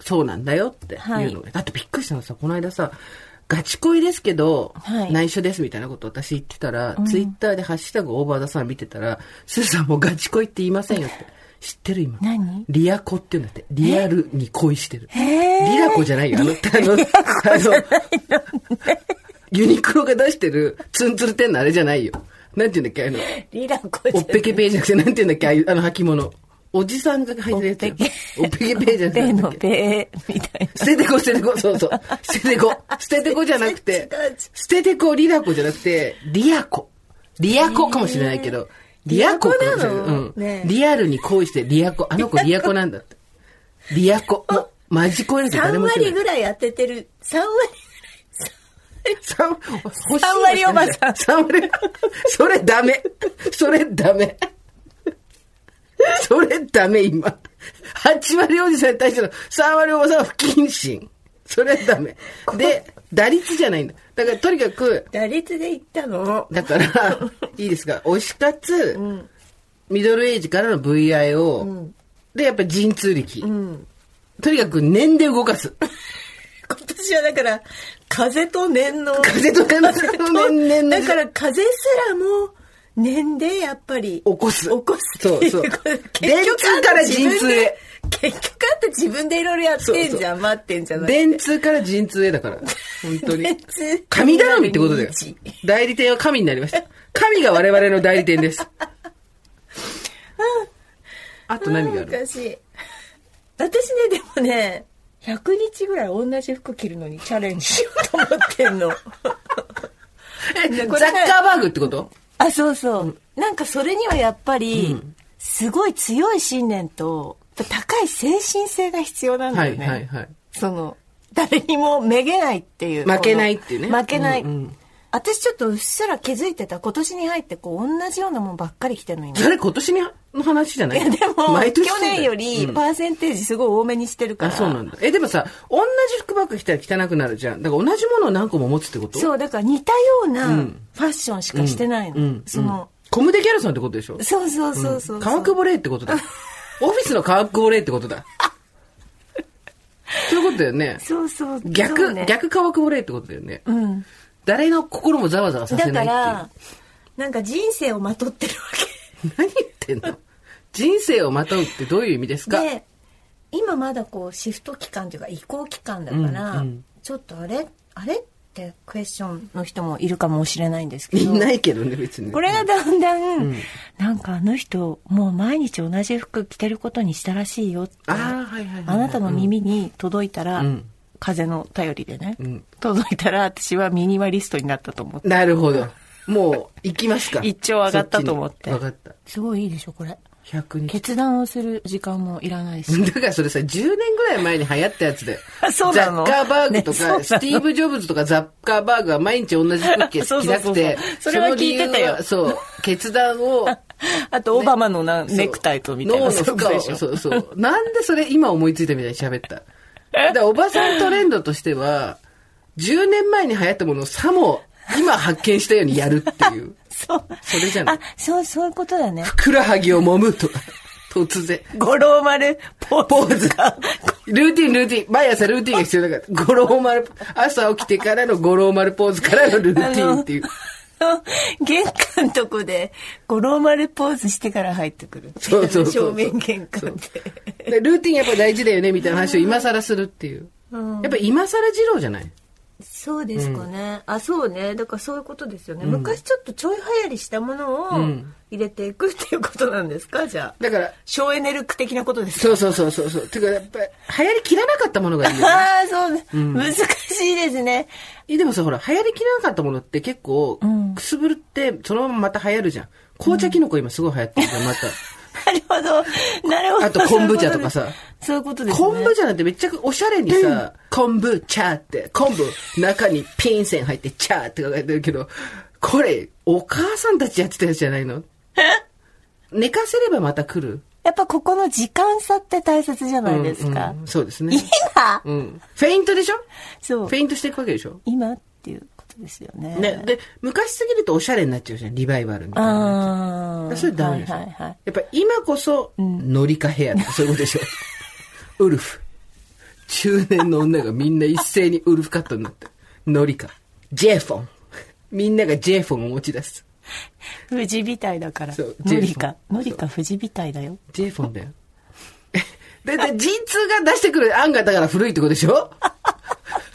[SPEAKER 2] そうなんだよっていうの
[SPEAKER 3] は
[SPEAKER 2] が。だってびっくりしたのさ、この間さ、ガチ恋ですけど、
[SPEAKER 3] はい
[SPEAKER 2] 内緒ですみたいなこと私言ってたら、ツイッターでハッシュタグオーバーザさん見てたら、スーさんもうガチ恋って言いませんよって。知ってる今。
[SPEAKER 3] 何
[SPEAKER 2] リアコって言うんだって。リアルに恋してる。
[SPEAKER 3] え
[SPEAKER 2] リラコじゃないよ。あの、あの、あの、ユニクロが出してるツンツルテンのあれじゃないよ。なんて言うんだっけあの、
[SPEAKER 3] リラコ
[SPEAKER 2] おっぺけぺーじゃなくて、なんて言うんだっけああいうあの履物。おじさんが履いてるやつよ。おっぺけぺーじゃなくて
[SPEAKER 3] ペ
[SPEAKER 2] なんだ
[SPEAKER 3] の
[SPEAKER 2] っけ。
[SPEAKER 3] ペみたい
[SPEAKER 2] 捨ててこ、捨ててこ、そうそう。捨ててこ。捨ててこじゃなくて、捨ててこ、リラコじゃなくて、リアコ。リアコかもしれないけど、リアコかもしれない。
[SPEAKER 4] リアコなの
[SPEAKER 2] うん
[SPEAKER 4] ねえ
[SPEAKER 2] リアルに恋してリアコ。あの子リアコなんだって。リアコ。もうマジ恋なんて誰
[SPEAKER 4] 3
[SPEAKER 2] も知らな
[SPEAKER 4] 割
[SPEAKER 2] い。
[SPEAKER 4] ぐらい当ててる。3割。
[SPEAKER 2] 三
[SPEAKER 3] 三割おばさん
[SPEAKER 2] 三割。それダメ。それダメ。それダメ、今。8割おじさんに対しての3割おばさんは不謹慎。それダメ。で、打率じゃないんだ。だからとにかく、
[SPEAKER 4] 打率でいったの。
[SPEAKER 2] だから、いいですか、推し活、ミドルエイジからの VIO、で、やっぱり陣痛力、とにかく念で動かす。
[SPEAKER 4] 今年はだから、風と年の。
[SPEAKER 2] 風と念の
[SPEAKER 4] (laughs)
[SPEAKER 2] 念念の
[SPEAKER 4] だから風すらも、年でやっぱり。
[SPEAKER 2] 起こす。
[SPEAKER 4] 起こすっていう
[SPEAKER 2] そう
[SPEAKER 4] こ
[SPEAKER 2] そう
[SPEAKER 4] れ。
[SPEAKER 2] 電通から陣
[SPEAKER 4] 結局あんた自分
[SPEAKER 2] 痛へ
[SPEAKER 4] で。結局あんた自分でいろいろやってんじゃん
[SPEAKER 2] そうそ
[SPEAKER 4] 待ってんじゃない
[SPEAKER 2] 電通から陣痛へだから。本当に
[SPEAKER 3] (laughs)
[SPEAKER 4] 電通。
[SPEAKER 2] 神頼みってことだよ
[SPEAKER 4] 神。
[SPEAKER 2] 代理店は神になりました。神が我々の代理
[SPEAKER 3] (laughs)
[SPEAKER 2] 店です。あと何があ
[SPEAKER 4] おか
[SPEAKER 2] る
[SPEAKER 4] しい私ねでもね100日ぐらい同じ服着るのにチャレンジしようと思ってんの
[SPEAKER 2] えザッカ
[SPEAKER 4] これ
[SPEAKER 2] ーバーグってこと
[SPEAKER 3] な。あ、そうそう。なんかそれにはやっぱり、すごい強い信念と、やっぱ高い精神性が必要なん
[SPEAKER 2] は
[SPEAKER 3] だよ
[SPEAKER 2] い
[SPEAKER 3] ね。
[SPEAKER 2] はいはい。
[SPEAKER 3] その、誰にもめげないっていう。
[SPEAKER 2] 負けないっていうね
[SPEAKER 3] この負けない。
[SPEAKER 2] うんうん
[SPEAKER 3] 私ちょっとうっすら気づいてた。今年に入ってこう、同じようなもんばっかり着てるのに。
[SPEAKER 2] それ今年の話じゃない
[SPEAKER 3] いやでも、
[SPEAKER 2] 毎年そ
[SPEAKER 3] 去
[SPEAKER 2] うだ
[SPEAKER 3] 年よりパーセンテージすごい多めにしてるか
[SPEAKER 2] あ、
[SPEAKER 3] ら。
[SPEAKER 2] そうなんだ。え、でもさ、同じ服ばっか着たら汚くなるじゃん。だから同じものを何個も持つってこと。
[SPEAKER 3] そうう、だから似たようなファッションしかしてないの。
[SPEAKER 2] うんうん
[SPEAKER 3] その、
[SPEAKER 2] コムデギャルソンってことでしょ
[SPEAKER 3] そうそうそうそう。
[SPEAKER 2] 化学ボレーって
[SPEAKER 3] (laughs)
[SPEAKER 2] ことだ。オフィスの化学ボレーってことだ。そういうことだよね。
[SPEAKER 3] そうそう。そ
[SPEAKER 2] 逆、
[SPEAKER 3] うね
[SPEAKER 2] 逆化学ボレーってことだよね。
[SPEAKER 3] うん。
[SPEAKER 2] 誰の心もざわざわさせ
[SPEAKER 3] だ
[SPEAKER 2] な
[SPEAKER 3] か
[SPEAKER 2] い
[SPEAKER 3] ら
[SPEAKER 2] っ、
[SPEAKER 4] なんか人生をまとってるわ
[SPEAKER 2] ていう。何言ってんの人生をまとうってどういう意味です
[SPEAKER 4] け
[SPEAKER 2] か
[SPEAKER 4] で今まだこうシフト期間というか移行期間だから、
[SPEAKER 2] うんうん
[SPEAKER 4] ちょっとあれあれ
[SPEAKER 3] ってクエスチョンの人もいるかもしれないんですけ
[SPEAKER 2] い
[SPEAKER 3] ど
[SPEAKER 2] ないけどね、別に。
[SPEAKER 3] これがだんだん、なんかあの人もう毎日同じ服着てることにしたらしいよって
[SPEAKER 2] あーはいはいはい
[SPEAKER 3] あなたの耳に届いたら、
[SPEAKER 2] うん
[SPEAKER 3] 風の頼りでね、
[SPEAKER 2] ん
[SPEAKER 3] 届いたら私はミニマリストになったと思って
[SPEAKER 2] なるほど。もう、行きますか。
[SPEAKER 3] 一丁上がったと思って
[SPEAKER 2] そちに上がった。
[SPEAKER 3] すごいいいでしょこれ
[SPEAKER 2] 100日。
[SPEAKER 3] 決断をする時間もいらないし。
[SPEAKER 2] (laughs) だからそれさ、10年ぐらい前に流行ったやつで
[SPEAKER 3] あ (laughs) そうなの
[SPEAKER 2] ザッカーバーグ
[SPEAKER 3] (laughs)
[SPEAKER 2] と
[SPEAKER 3] ねそうな
[SPEAKER 2] か、
[SPEAKER 3] の
[SPEAKER 2] スティーブ・ジョブズとかザッカーバーグは毎日同じ服着
[SPEAKER 3] (laughs) そうそ
[SPEAKER 2] 着
[SPEAKER 3] うそ
[SPEAKER 2] な
[SPEAKER 3] うそう
[SPEAKER 2] くて、
[SPEAKER 3] それは聞いてたよ
[SPEAKER 2] その理由はそう、決断を、
[SPEAKER 3] あとオバマのな、 (laughs) ネクタイとみたいな
[SPEAKER 2] そう脳の負荷を
[SPEAKER 3] (laughs) そういうことでしょ
[SPEAKER 2] そうそう。なんでそれ今思いついたみたいに喋った。だからおばさんトレンドとしては、10年前に流行ったものをさも、今発見したようにやるっていう。
[SPEAKER 3] そう
[SPEAKER 2] それじゃない
[SPEAKER 3] あそうそういうことだね
[SPEAKER 2] ふくらはぎを揉むとか、突然。
[SPEAKER 3] 五郎丸ポーズ
[SPEAKER 2] ポーズが。ルーティン、ルーティン。毎朝ルーティンが必要だから。五郎丸、朝起きてからの五郎丸ポーズからのルーティンっていう。
[SPEAKER 3] 玄関のとこで五郎丸ポーズしてから入ってくる
[SPEAKER 2] そうそうそ
[SPEAKER 3] 正
[SPEAKER 2] う
[SPEAKER 3] 面玄関で
[SPEAKER 2] でルーティンやっぱ大事だよね、みたいな話を今更するっていう。やっぱ今更二郎じゃない
[SPEAKER 3] そうですかね、あそうねだからそういうことですよね、昔ちょっとちょい流行りしたものを
[SPEAKER 2] ん
[SPEAKER 3] 入れていくっていうことなんですかじゃあ
[SPEAKER 2] だから、
[SPEAKER 3] 省エネルック的なことですか
[SPEAKER 2] そうそうそうそうそう。てか、やっぱり、流行りきらなかったもの
[SPEAKER 3] (laughs)
[SPEAKER 2] がいい
[SPEAKER 3] (laughs)
[SPEAKER 2] よね。
[SPEAKER 3] ああそう、難しいですね
[SPEAKER 2] えでもさ、ほら、流行りきらなかったものって結構、くすぶるって、そのまままた流行るじゃん。紅茶キノコ今すごい流行ってるじゃん、また。
[SPEAKER 3] なるほどなるほど
[SPEAKER 2] あと昆布茶とかさ
[SPEAKER 3] そういうことですね
[SPEAKER 2] 昆布茶なんてめっちゃおしゃれにさ、昆布茶って、昆布中にピン線入って茶って書かれてるけど、これ、お母さんたちやってたやつじゃないの寝かせればまた来る。
[SPEAKER 3] やっぱここの時間差って大切じゃないですか、
[SPEAKER 2] うんうんそうですね。
[SPEAKER 3] 今
[SPEAKER 2] うん。フェイントでしょ
[SPEAKER 3] そ
[SPEAKER 2] フ
[SPEAKER 3] う
[SPEAKER 2] ェイントしていくわけでしょ
[SPEAKER 3] 今っていうことですよね
[SPEAKER 2] ね。で、昔すぎるとおしゃれになっちゃうじゃん、リバイバルみたいな。
[SPEAKER 3] ああ
[SPEAKER 2] それダメでしょ
[SPEAKER 3] はいはいはい
[SPEAKER 2] やっぱ今こそ、ノリカヘアとかそういうことでしょウルフ。中年の女がみんな一斉にウルフカットになって。ノリカ。ジェフォン。みんながジェフォンを持ち出す。
[SPEAKER 3] 富士美体だから
[SPEAKER 2] そう
[SPEAKER 3] ノリカ
[SPEAKER 2] J-Phone
[SPEAKER 3] ノリカ富士美体だよ
[SPEAKER 2] ジェフォンだよ。だいたい G2 が出してくる案がだから古いってことでしょ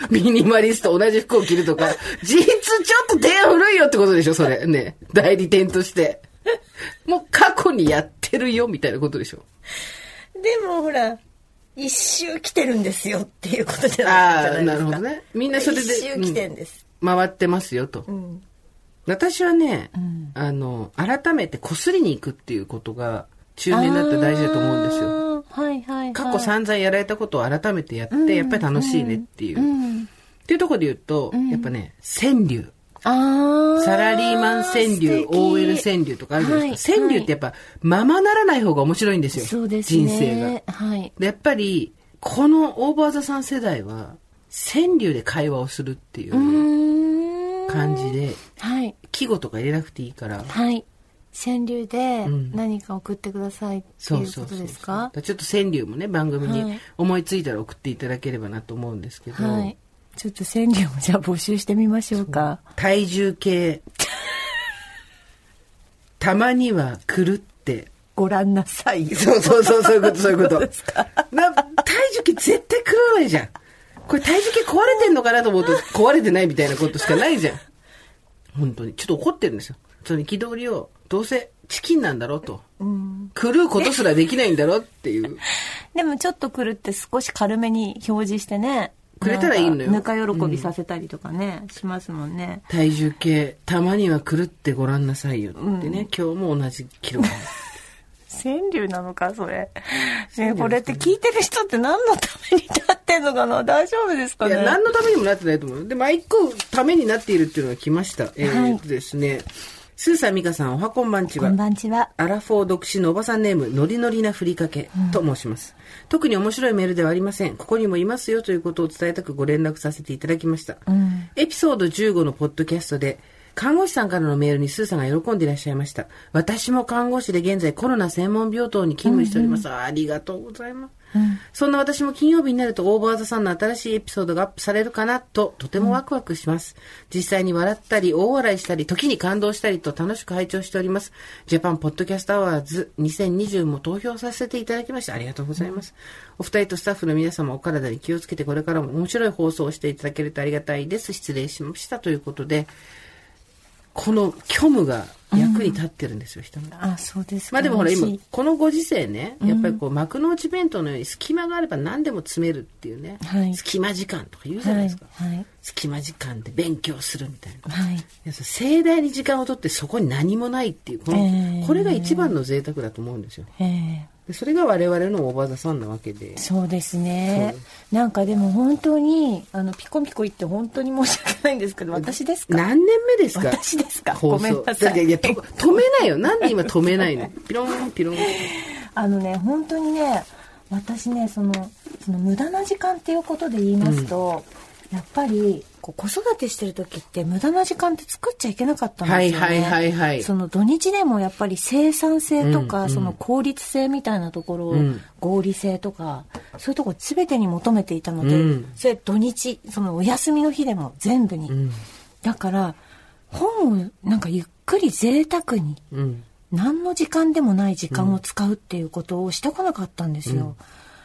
[SPEAKER 2] ミニマリスト同じ服を着るとか。G2 ちょっと手古いよってことでしょそれ。ね。代理店として。もう過去にやってるよみたいなことでしょ
[SPEAKER 3] でもほら一周来てるんですよっていうことじゃない
[SPEAKER 2] ああ、
[SPEAKER 3] じゃ
[SPEAKER 2] な
[SPEAKER 3] ないで
[SPEAKER 2] る
[SPEAKER 3] す
[SPEAKER 2] ほ
[SPEAKER 3] か
[SPEAKER 2] どね。みんなそれで。
[SPEAKER 3] 一周来てんです、
[SPEAKER 2] うん回ってますよと。
[SPEAKER 3] うん
[SPEAKER 2] 私はね、あの、改めてこすりに行くっていうことが、中年だって大事だと思うんですよ。
[SPEAKER 3] よはいはい、はい、
[SPEAKER 2] 過去散々やられたことを改めてやって、やっぱり楽しいねっていう。っていうところで言うと、やっぱね、川柳。
[SPEAKER 3] ああ
[SPEAKER 2] サラリーマン川柳、OL 川柳とかあるじゃないですか。川柳ってやっぱ、ままならない方が面白いんですよ。
[SPEAKER 3] そうですね
[SPEAKER 2] 人生が。
[SPEAKER 3] はい
[SPEAKER 2] でやっぱり、このオーバーザさん世代は、川柳で会話をするっていう。
[SPEAKER 3] うーん
[SPEAKER 2] 感じで
[SPEAKER 3] はい
[SPEAKER 2] 季語とか入れなくていいから
[SPEAKER 3] はい川柳で
[SPEAKER 2] ん
[SPEAKER 3] 何か送ってくださいって
[SPEAKER 2] そ
[SPEAKER 3] いうう
[SPEAKER 2] そ
[SPEAKER 3] こ
[SPEAKER 2] うそ
[SPEAKER 3] と
[SPEAKER 2] う
[SPEAKER 3] ですか
[SPEAKER 2] そうちょっと川柳もね番組
[SPEAKER 3] は
[SPEAKER 2] に
[SPEAKER 3] い
[SPEAKER 2] 思いついたら送っていただければなと思うんですけど、
[SPEAKER 3] はいちょっと川柳もじゃあ募集してみましょうか
[SPEAKER 2] 体重 (laughs) 計たまには狂って
[SPEAKER 3] ご覧なさいよ
[SPEAKER 2] そうそうそうそういうことそういうこと
[SPEAKER 3] そうですか
[SPEAKER 2] な体重計絶対狂わないじゃんこれ体重計壊れてんのかなと思うと壊れてないみたいなことしかないじゃん本当にちょっと怒ってるんですよその憤りをどうせチキンなんだろうと、狂うことすらできないんだろうっていう
[SPEAKER 3] でもちょっと来るって少し軽めに表示してね
[SPEAKER 2] くれたらいいのよ
[SPEAKER 3] なんかぬか喜びさせたりとかね、しますもんね
[SPEAKER 2] 体重計たまには狂ってごらんなさいよってね、今日も同じ
[SPEAKER 3] (laughs)
[SPEAKER 2] 記録
[SPEAKER 3] 川柳なのかそれ、ね、これって聞いてる人って何のために立ってんのかな大丈夫ですか
[SPEAKER 2] (laughs) い
[SPEAKER 3] ね
[SPEAKER 2] や何のためにもなってないと思うで毎個ためになっているっていうのが来ましたえ
[SPEAKER 3] はい
[SPEAKER 2] ーっとですねスーさん美香さんおはこんばんち
[SPEAKER 3] こ
[SPEAKER 2] は
[SPEAKER 3] んばんちは
[SPEAKER 2] アラフォー独身のおばさんネーム、ノリノリなふりかけと申します。特に面白いメールではありません。ここにもいますよということを伝えたくご連絡させていただきました。エピソード15のポッドキャストで、看護師さんからのメールにスーさんが喜んでいらっしゃいました。私も看護師で現在コロナ専門病棟に勤務しております。ありがとうございます。そんな私も金曜日になるとオーバーザさんの新しいエピソードがアップされるかなととてもワクワクします、実際に笑ったり大笑いしたり時に感動したりと楽しく拝聴しておりますジャパンポッドキャストアワーズ2020も投票させていただきましてありがとうございます、お二人とスタッフの皆様お体に気をつけてこれからも面白い放送をしていただけるとありがたいです失礼しましたということでこの虚無が役に立ってるんですよ、人の
[SPEAKER 3] あ、そうです
[SPEAKER 2] まあでもほら
[SPEAKER 3] 嬉し
[SPEAKER 2] 今
[SPEAKER 3] い
[SPEAKER 2] このご時世ねやっぱりこう幕の内弁当のように隙間があれば何でも詰めるっていうね、
[SPEAKER 3] はい
[SPEAKER 2] 隙間時間とか言うじゃないですか、
[SPEAKER 3] はいはい
[SPEAKER 2] 隙間時間で勉強するみたいな。
[SPEAKER 3] はい。
[SPEAKER 2] いやその盛大に時間を取ってそこに何もないっていうこの、
[SPEAKER 3] えー
[SPEAKER 2] これが一番の贅沢だと思うんですよ
[SPEAKER 3] ええ
[SPEAKER 2] でそれが我々の大場座さんなわけで
[SPEAKER 3] そうですね。なんかでも本当に、あの、ピコピコ言って本当に申し訳ないんですけど、私ですか
[SPEAKER 2] 何年目ですか
[SPEAKER 3] 私ですか
[SPEAKER 2] 放
[SPEAKER 3] ご
[SPEAKER 2] 送
[SPEAKER 3] めんな
[SPEAKER 2] だ
[SPEAKER 3] さ
[SPEAKER 2] って
[SPEAKER 3] い。
[SPEAKER 2] いやと止めないよなんで今止めないのピロンピロン
[SPEAKER 3] あのね、本当にね、私ね、その、その無駄な時間っていうことで言いますと、やっぱり、こう子育てしてる時って無駄な時間って作っちゃいけなかったんですよね。
[SPEAKER 2] はいはいはいはい
[SPEAKER 3] その土日でもやっぱり生産性とか、
[SPEAKER 2] うんうん
[SPEAKER 3] その効率性みたいなところを、
[SPEAKER 2] うん
[SPEAKER 3] 合理性とか、そういうところ全てに求めていたので、
[SPEAKER 2] うん
[SPEAKER 3] それ土日、そのお休みの日でも全部に。
[SPEAKER 2] うん
[SPEAKER 3] だから、本をなんかゆっくり贅沢に
[SPEAKER 2] うん
[SPEAKER 3] 何の時間でもない時間を使うっていうことをしてこなかったんですよ。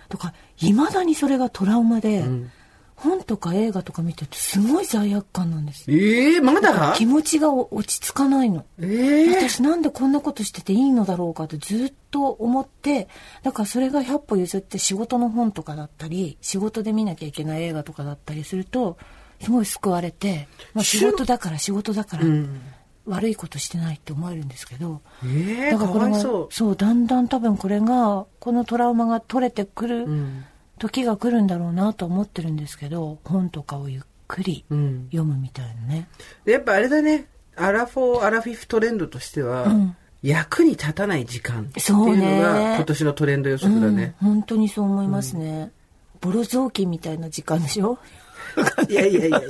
[SPEAKER 3] とか、いまだにそれがトラウマで、
[SPEAKER 2] ん
[SPEAKER 3] 本とか映画とか見ててすごい罪悪感なんです。
[SPEAKER 2] ええまだ
[SPEAKER 3] 気持ちがお落ち着かないの。
[SPEAKER 2] ええ
[SPEAKER 3] 私なんでこんなことしてていいのだろうかってずっと思って、だからそれが100歩譲って仕事の本とかだったり、仕事で見なきゃいけない映画とかだったりすると、すごい救われて、まあ、仕事だから仕事だから、悪いことしてないって思えるんですけど、
[SPEAKER 2] ええ
[SPEAKER 3] だ
[SPEAKER 2] からわ
[SPEAKER 3] れ
[SPEAKER 2] い
[SPEAKER 3] が
[SPEAKER 2] そう
[SPEAKER 3] そう、だんだん多分これが、このトラウマが取れてくる
[SPEAKER 2] ん
[SPEAKER 3] 時が来るんだろうなと思ってるんですけど、本とかをゆっくり
[SPEAKER 2] うん
[SPEAKER 3] 読むみたいなね。
[SPEAKER 2] やっぱあれだねアラフォーアラフィフトレンドとしては、役に立たない時間っていう
[SPEAKER 3] そう
[SPEAKER 2] のが
[SPEAKER 3] ね
[SPEAKER 2] 今年のトレンド予測だね
[SPEAKER 3] うん、本当にそう思いますね、ボロ雑巾みたいな時間でしょ
[SPEAKER 2] いやいやいや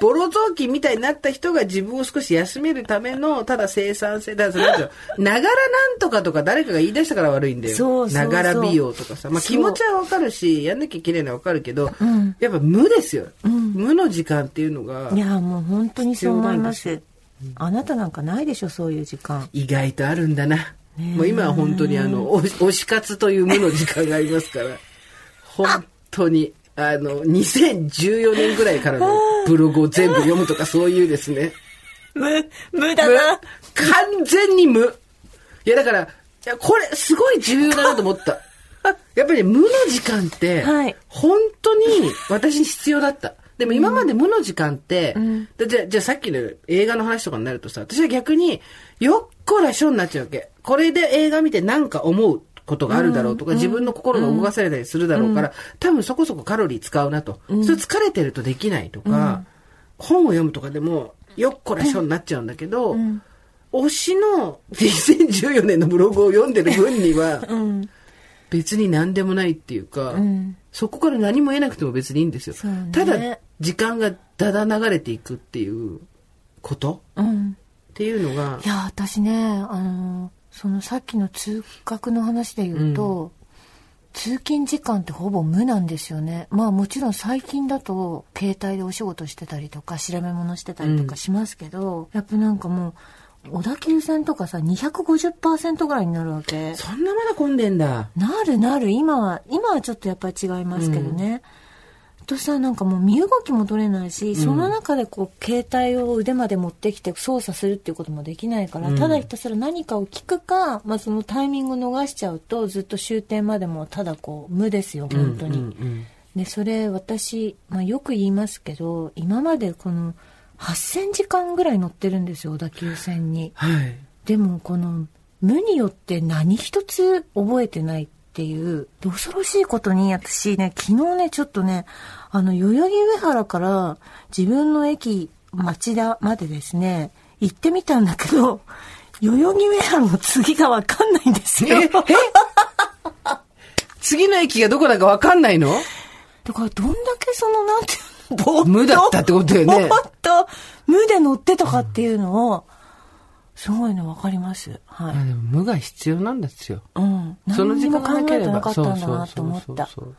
[SPEAKER 2] ボロ雑巾みたいになった人が自分を少し休めるためのただ生産性だからそのながらなんとかとか誰かが言い出したから悪いんだよ
[SPEAKER 3] そうそうそう
[SPEAKER 2] ながら美容とかさ、まあ、
[SPEAKER 3] そう
[SPEAKER 2] 気持ちはわかるしやんなきゃいけないのはわかるけど、やっぱ無ですよ、無の時間っていうのが
[SPEAKER 3] いやもう本当にそう思いま
[SPEAKER 2] 必要
[SPEAKER 3] すあなたなんかないでしょそういう時間
[SPEAKER 2] 意外とあるんだな。もう今は本当にあの、お推し活という無の時間がありますから、本当に、あの、2014年ぐらいからのブログを全部読むとかそういうですね。
[SPEAKER 3] 無無
[SPEAKER 2] 無完全に無いやだから、いやこれすごい重要だなと思った。やっぱり無の時間って
[SPEAKER 3] はい、
[SPEAKER 2] 本当に私に必要だ (laughs) った。でも今まで無の時間って、だじゃあじゃあさっきの映画の話とかになるとさ、私は逆に、よっこらしょになっちゃうわけ。これで映画見てなんか思うことがあるだろうとか、自分の心が動かされたりするだろうから、多分そこそこカロリー使うなと。それ疲れてるとできないとか、本を読むとかでも、よっこらしょになっちゃうんだけど、推しの2014年のブログを読んでる分には、別に何でもないっていうか、そこから何も得なくても別にいいんですよ。
[SPEAKER 3] そうね
[SPEAKER 2] ただ、時間がだだ流れていくっていうこと
[SPEAKER 3] うん
[SPEAKER 2] っていうのが
[SPEAKER 3] い、や私ねあのそのさっきの通学の話で言うと、通勤時間ってほぼ無なんですよねまあもちろん最近だと携帯でお仕事してたりとか調べ物してたりとかしますけど、やっぱなんかもう小田急線とかさ250%ぐらいになるわけ
[SPEAKER 2] そんなまだ混んでんだ。
[SPEAKER 3] なるなる今は今はちょっとやっぱり違いますけどね、とさなんかもう身動きも取れないし、その中でこう携帯を腕まで持ってきて操作するっていうこともできないから、ただひたすら何かを聞くか、まあ、そのタイミングを逃しちゃうとずっと終点までもただこう無ですよ本当に。
[SPEAKER 2] うん
[SPEAKER 3] でそれ私、まあ、よく言いますけど今までこの8,000時間ぐらい乗ってるんですよ小田急線に。
[SPEAKER 2] はい。
[SPEAKER 3] でもこの無によって何一つ覚えてないっていう恐ろしいことに私ね昨日ねちょっとねあの代々木上原から自分の駅町田までですね行ってみたんだけど代々木上原の次がわかんないんですよ。
[SPEAKER 2] え次の駅がどこだかわかんないの
[SPEAKER 3] だからどんだけそのなんていうのぼーと
[SPEAKER 2] 無だったってことだよね
[SPEAKER 3] ぼーっと無で乗ってとかっていうのを、すごいの分かります。はい。
[SPEAKER 2] あでも無が必要なんですよ。
[SPEAKER 3] うん。
[SPEAKER 2] その
[SPEAKER 3] 何
[SPEAKER 2] 時
[SPEAKER 3] にも考
[SPEAKER 2] 間が
[SPEAKER 3] え
[SPEAKER 2] なけ
[SPEAKER 3] て
[SPEAKER 2] れば
[SPEAKER 3] なかったんだなと
[SPEAKER 2] そう
[SPEAKER 3] 思っ
[SPEAKER 2] そうそう
[SPEAKER 3] た。
[SPEAKER 2] そうそう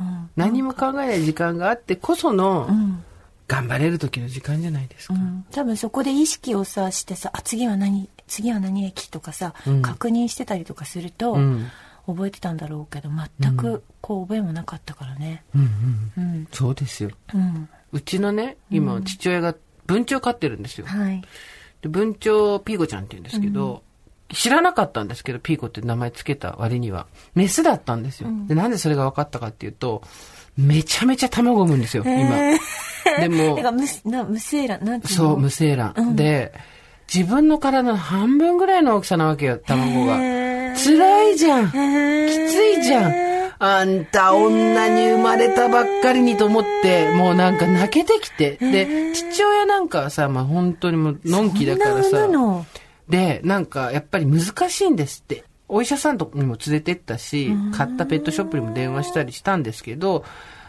[SPEAKER 3] うん。
[SPEAKER 2] 何も考えない時間があってこその、
[SPEAKER 3] うん。
[SPEAKER 2] 頑張れる時の時間じゃないです
[SPEAKER 3] う
[SPEAKER 2] か。
[SPEAKER 3] ん。多分そこで意識をさ、してさ、あ、次は何、次は何駅とかさ、
[SPEAKER 2] うん
[SPEAKER 3] 確認してたりとかすると、
[SPEAKER 2] うん
[SPEAKER 3] 覚えてたんだろうけど、全くこう覚えもなかったからね。
[SPEAKER 2] うんうん、
[SPEAKER 3] うん。
[SPEAKER 2] そうですよ。
[SPEAKER 3] うん。
[SPEAKER 2] うちのね、今、父親が文鳥飼ってるんですよ。
[SPEAKER 3] はい。
[SPEAKER 2] で文鳥ピーコちゃんって言うんですけど、知らなかったんですけど、ピーコって名前つけた割には、メスだったんですよ。で、なんでそれが分かったかっていうと、めちゃめちゃ卵を産むんですよ、今。
[SPEAKER 3] (laughs)
[SPEAKER 2] でも
[SPEAKER 3] て、か、むす、な、無精卵、なんていうの
[SPEAKER 2] そう、無精卵。で、自分の体の半分ぐらいの大きさなわけよ、卵が。辛いじゃん。きついじゃん。あんた女に生まれたばっかりにと思って、もうなんか泣けてきて。で、父親なんかはさ、まあ本当にもう、のんきだから
[SPEAKER 3] そんな
[SPEAKER 2] さ
[SPEAKER 3] 産む。の
[SPEAKER 2] で、なんかやっぱり難しいんですって。お医者さんとかにも連れてったし、買ったペットショップにも電話したりしたんですけど、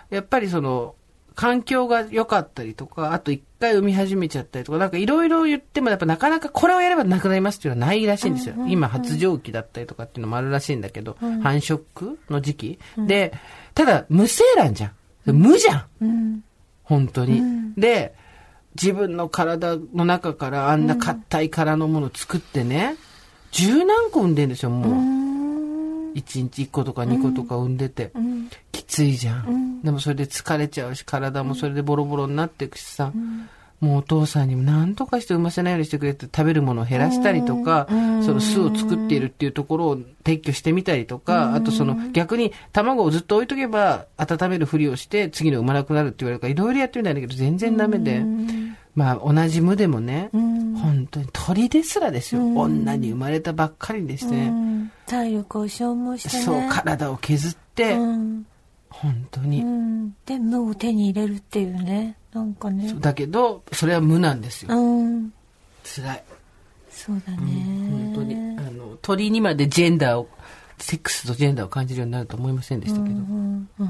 [SPEAKER 2] やっぱりその、環境が良かったりとか、あと一回産み始めちゃったりとか、なんかいろいろ言っても、やっぱなかなかこれをやればなくなりますっていうのはないらしいんですよ。今発情期だったりとかっていうのもあるらしいんだけど、繁殖の時期。で、ただ無精卵じゃん。無じゃん
[SPEAKER 3] うん。
[SPEAKER 2] 本当に。で、自分の体の中からあんな硬い殻のものを作ってね、十何個産んでんですよ、
[SPEAKER 3] うー
[SPEAKER 2] もう。
[SPEAKER 3] ん。
[SPEAKER 2] 一日一個とか二個とか産んでて。
[SPEAKER 3] うん。
[SPEAKER 2] きついじゃん,、
[SPEAKER 3] ん
[SPEAKER 2] でもそれで疲れちゃうし、体もそれでボロボロになっていくしさ。もうお父さんにも何とかして産ませないようにしてくれって食べるものを減らしたりとか、
[SPEAKER 3] うん
[SPEAKER 2] その巣を作っているっていうところを撤去してみたりとか、あとその逆に卵をずっと置いとけば温めるふりをして次の産まなくなるって言われるからいろいろやってみたんだけど全然ダメで、まあ同じ無でもね、
[SPEAKER 3] うん
[SPEAKER 2] 本当に鳥ですらですよ、女に生まれたばっかりでして
[SPEAKER 3] う
[SPEAKER 2] ね、
[SPEAKER 3] ん体力を消耗してね。
[SPEAKER 2] そう体を削って、
[SPEAKER 3] うん。
[SPEAKER 2] 本当
[SPEAKER 3] う
[SPEAKER 2] に、
[SPEAKER 3] ん。で、無を手に入れるっていうね。なんかね。
[SPEAKER 2] だけどそれは無なんですよ、
[SPEAKER 3] うん。
[SPEAKER 2] 辛い
[SPEAKER 3] そうだね。
[SPEAKER 2] 本当にあの鳥にまでジェンダーをセックスとジェンダーを感じるようになると思いませんでしたけど、
[SPEAKER 3] うん。うん。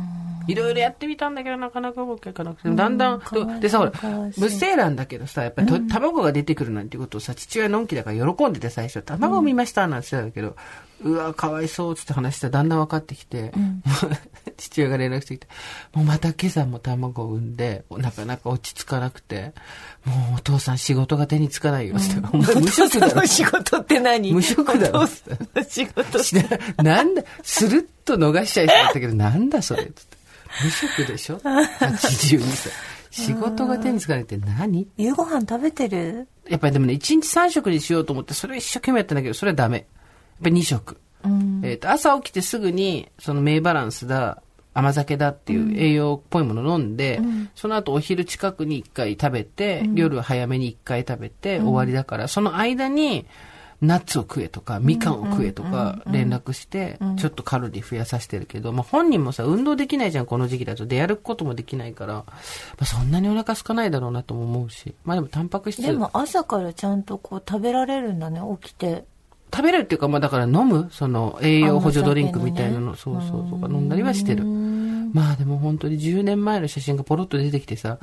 [SPEAKER 2] いろいろやってみたんだけどなかなかうまくいかなくてだんだん、
[SPEAKER 3] かわいそう
[SPEAKER 2] でさほら
[SPEAKER 3] かわいそう
[SPEAKER 2] 無精卵だけどさやっぱりと、卵が出てくるなんてことをさ父親のんきだから喜んでて最初卵を産みましたなんて言ってたけど、うわかわいそうっつって話したらだんだん分かってきて、父親が連絡してきてもうまた今朝も卵を産んでなかなか落ち着かなくてもうお父さん仕事が手につかないよっつって、お前 (laughs) 無職だろ
[SPEAKER 3] 仕事って何
[SPEAKER 2] 無職だろ
[SPEAKER 3] お父さんの仕事
[SPEAKER 2] しななんだ、スルッと逃しちゃいそうだったけど、なんだそれっつって。無職でしょ ?82 歳。仕事が手につかないって何
[SPEAKER 3] 夕ご飯食べてる
[SPEAKER 2] やっぱりでもね、1日3食にしようと思って、それを一生懸命やったんだけど、それはダメ。やっぱり2食。
[SPEAKER 3] うん。
[SPEAKER 2] えっ、と、朝起きてすぐに、その名バランスだ、甘酒だっていう栄養っぽいものを飲んで、その後お昼近くに1回食べて、夜早めに1回食べて終わりだから、その間に、ナッツを食えとか、みかんを食えとか連絡して、ちょっとカロリー増やさせてるけど、まあ本人もさ、運動できないじゃん、この時期だと。出歩くこともできないから、まあそんなにお腹空かないだろうなとも思うし。まあでもタンパク質、
[SPEAKER 3] でも朝からちゃんとこう食べられるんだね、起きて。
[SPEAKER 2] 食べるっていうか、まあだから飲むその栄養補助ドリンクみたいなの、そうそうとか飲んだりはしてる。まあでも本当に10年前の写真がポロッと出てきてさ、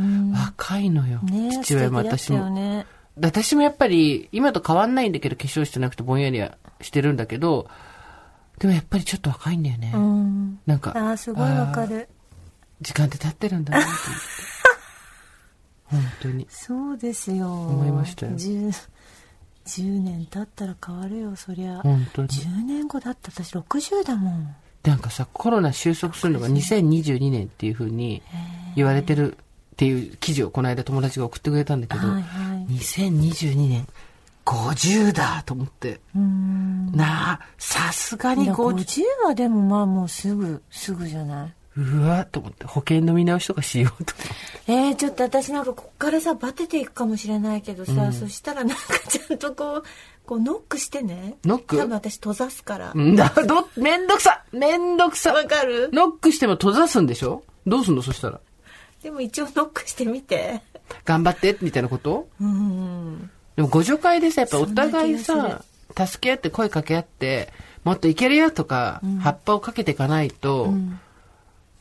[SPEAKER 2] 若いのよ。
[SPEAKER 3] ね
[SPEAKER 2] 父親も
[SPEAKER 3] 素敵だった
[SPEAKER 2] 私
[SPEAKER 3] よ
[SPEAKER 2] も。
[SPEAKER 3] ね。
[SPEAKER 2] で私もやっぱり、今と変わんないんだけど、化粧してなくてぼんやりはしてるんだけど、でもやっぱりちょっと若いんだよね。
[SPEAKER 3] うん。
[SPEAKER 2] なんか、
[SPEAKER 3] ああ、すごいわか
[SPEAKER 2] あー
[SPEAKER 3] る。
[SPEAKER 2] 時間って経ってるんだ
[SPEAKER 3] (laughs)
[SPEAKER 2] なと思って。本当に。
[SPEAKER 3] そうですよ。
[SPEAKER 2] 思いましたよ
[SPEAKER 3] 10 10年経ったら変わるよ、そりゃ。
[SPEAKER 2] 本当に。
[SPEAKER 3] 10年後だって私60だもん。
[SPEAKER 2] なんかさ、コロナ収束するのが2022年っていうふうに言われてるっていう記事をこの間友達が送ってくれたんだけど、
[SPEAKER 3] はいはい。
[SPEAKER 2] 2022年50だと思って、
[SPEAKER 3] うん。
[SPEAKER 2] なあ、さすが
[SPEAKER 3] い
[SPEAKER 2] に
[SPEAKER 3] や
[SPEAKER 2] 50、
[SPEAKER 3] 50はでもまあもうすぐ、すぐじゃないう
[SPEAKER 2] わと思って、保険の見直しとかしようと思 (laughs) って。
[SPEAKER 3] えー、ちょっと私なんかこっからさバテていくかもしれないけどさ、そしたらなんかちゃんとこうこうノックしてね
[SPEAKER 2] ノック
[SPEAKER 3] 多分私閉ざすからわ、
[SPEAKER 2] うんだ、ど、めんどくさめんどくさ
[SPEAKER 3] かる
[SPEAKER 2] ノックしても閉ざすんでしょどうすんのそしたら。
[SPEAKER 3] でも一応ノックしてみて
[SPEAKER 2] 頑張ってみたいなこと
[SPEAKER 3] うん
[SPEAKER 2] でも互助会でさ、やっぱお互い
[SPEAKER 3] そんな気が
[SPEAKER 2] さ、助け合って声かけ合って、もっといけるよとか、葉っぱをかけていかないと、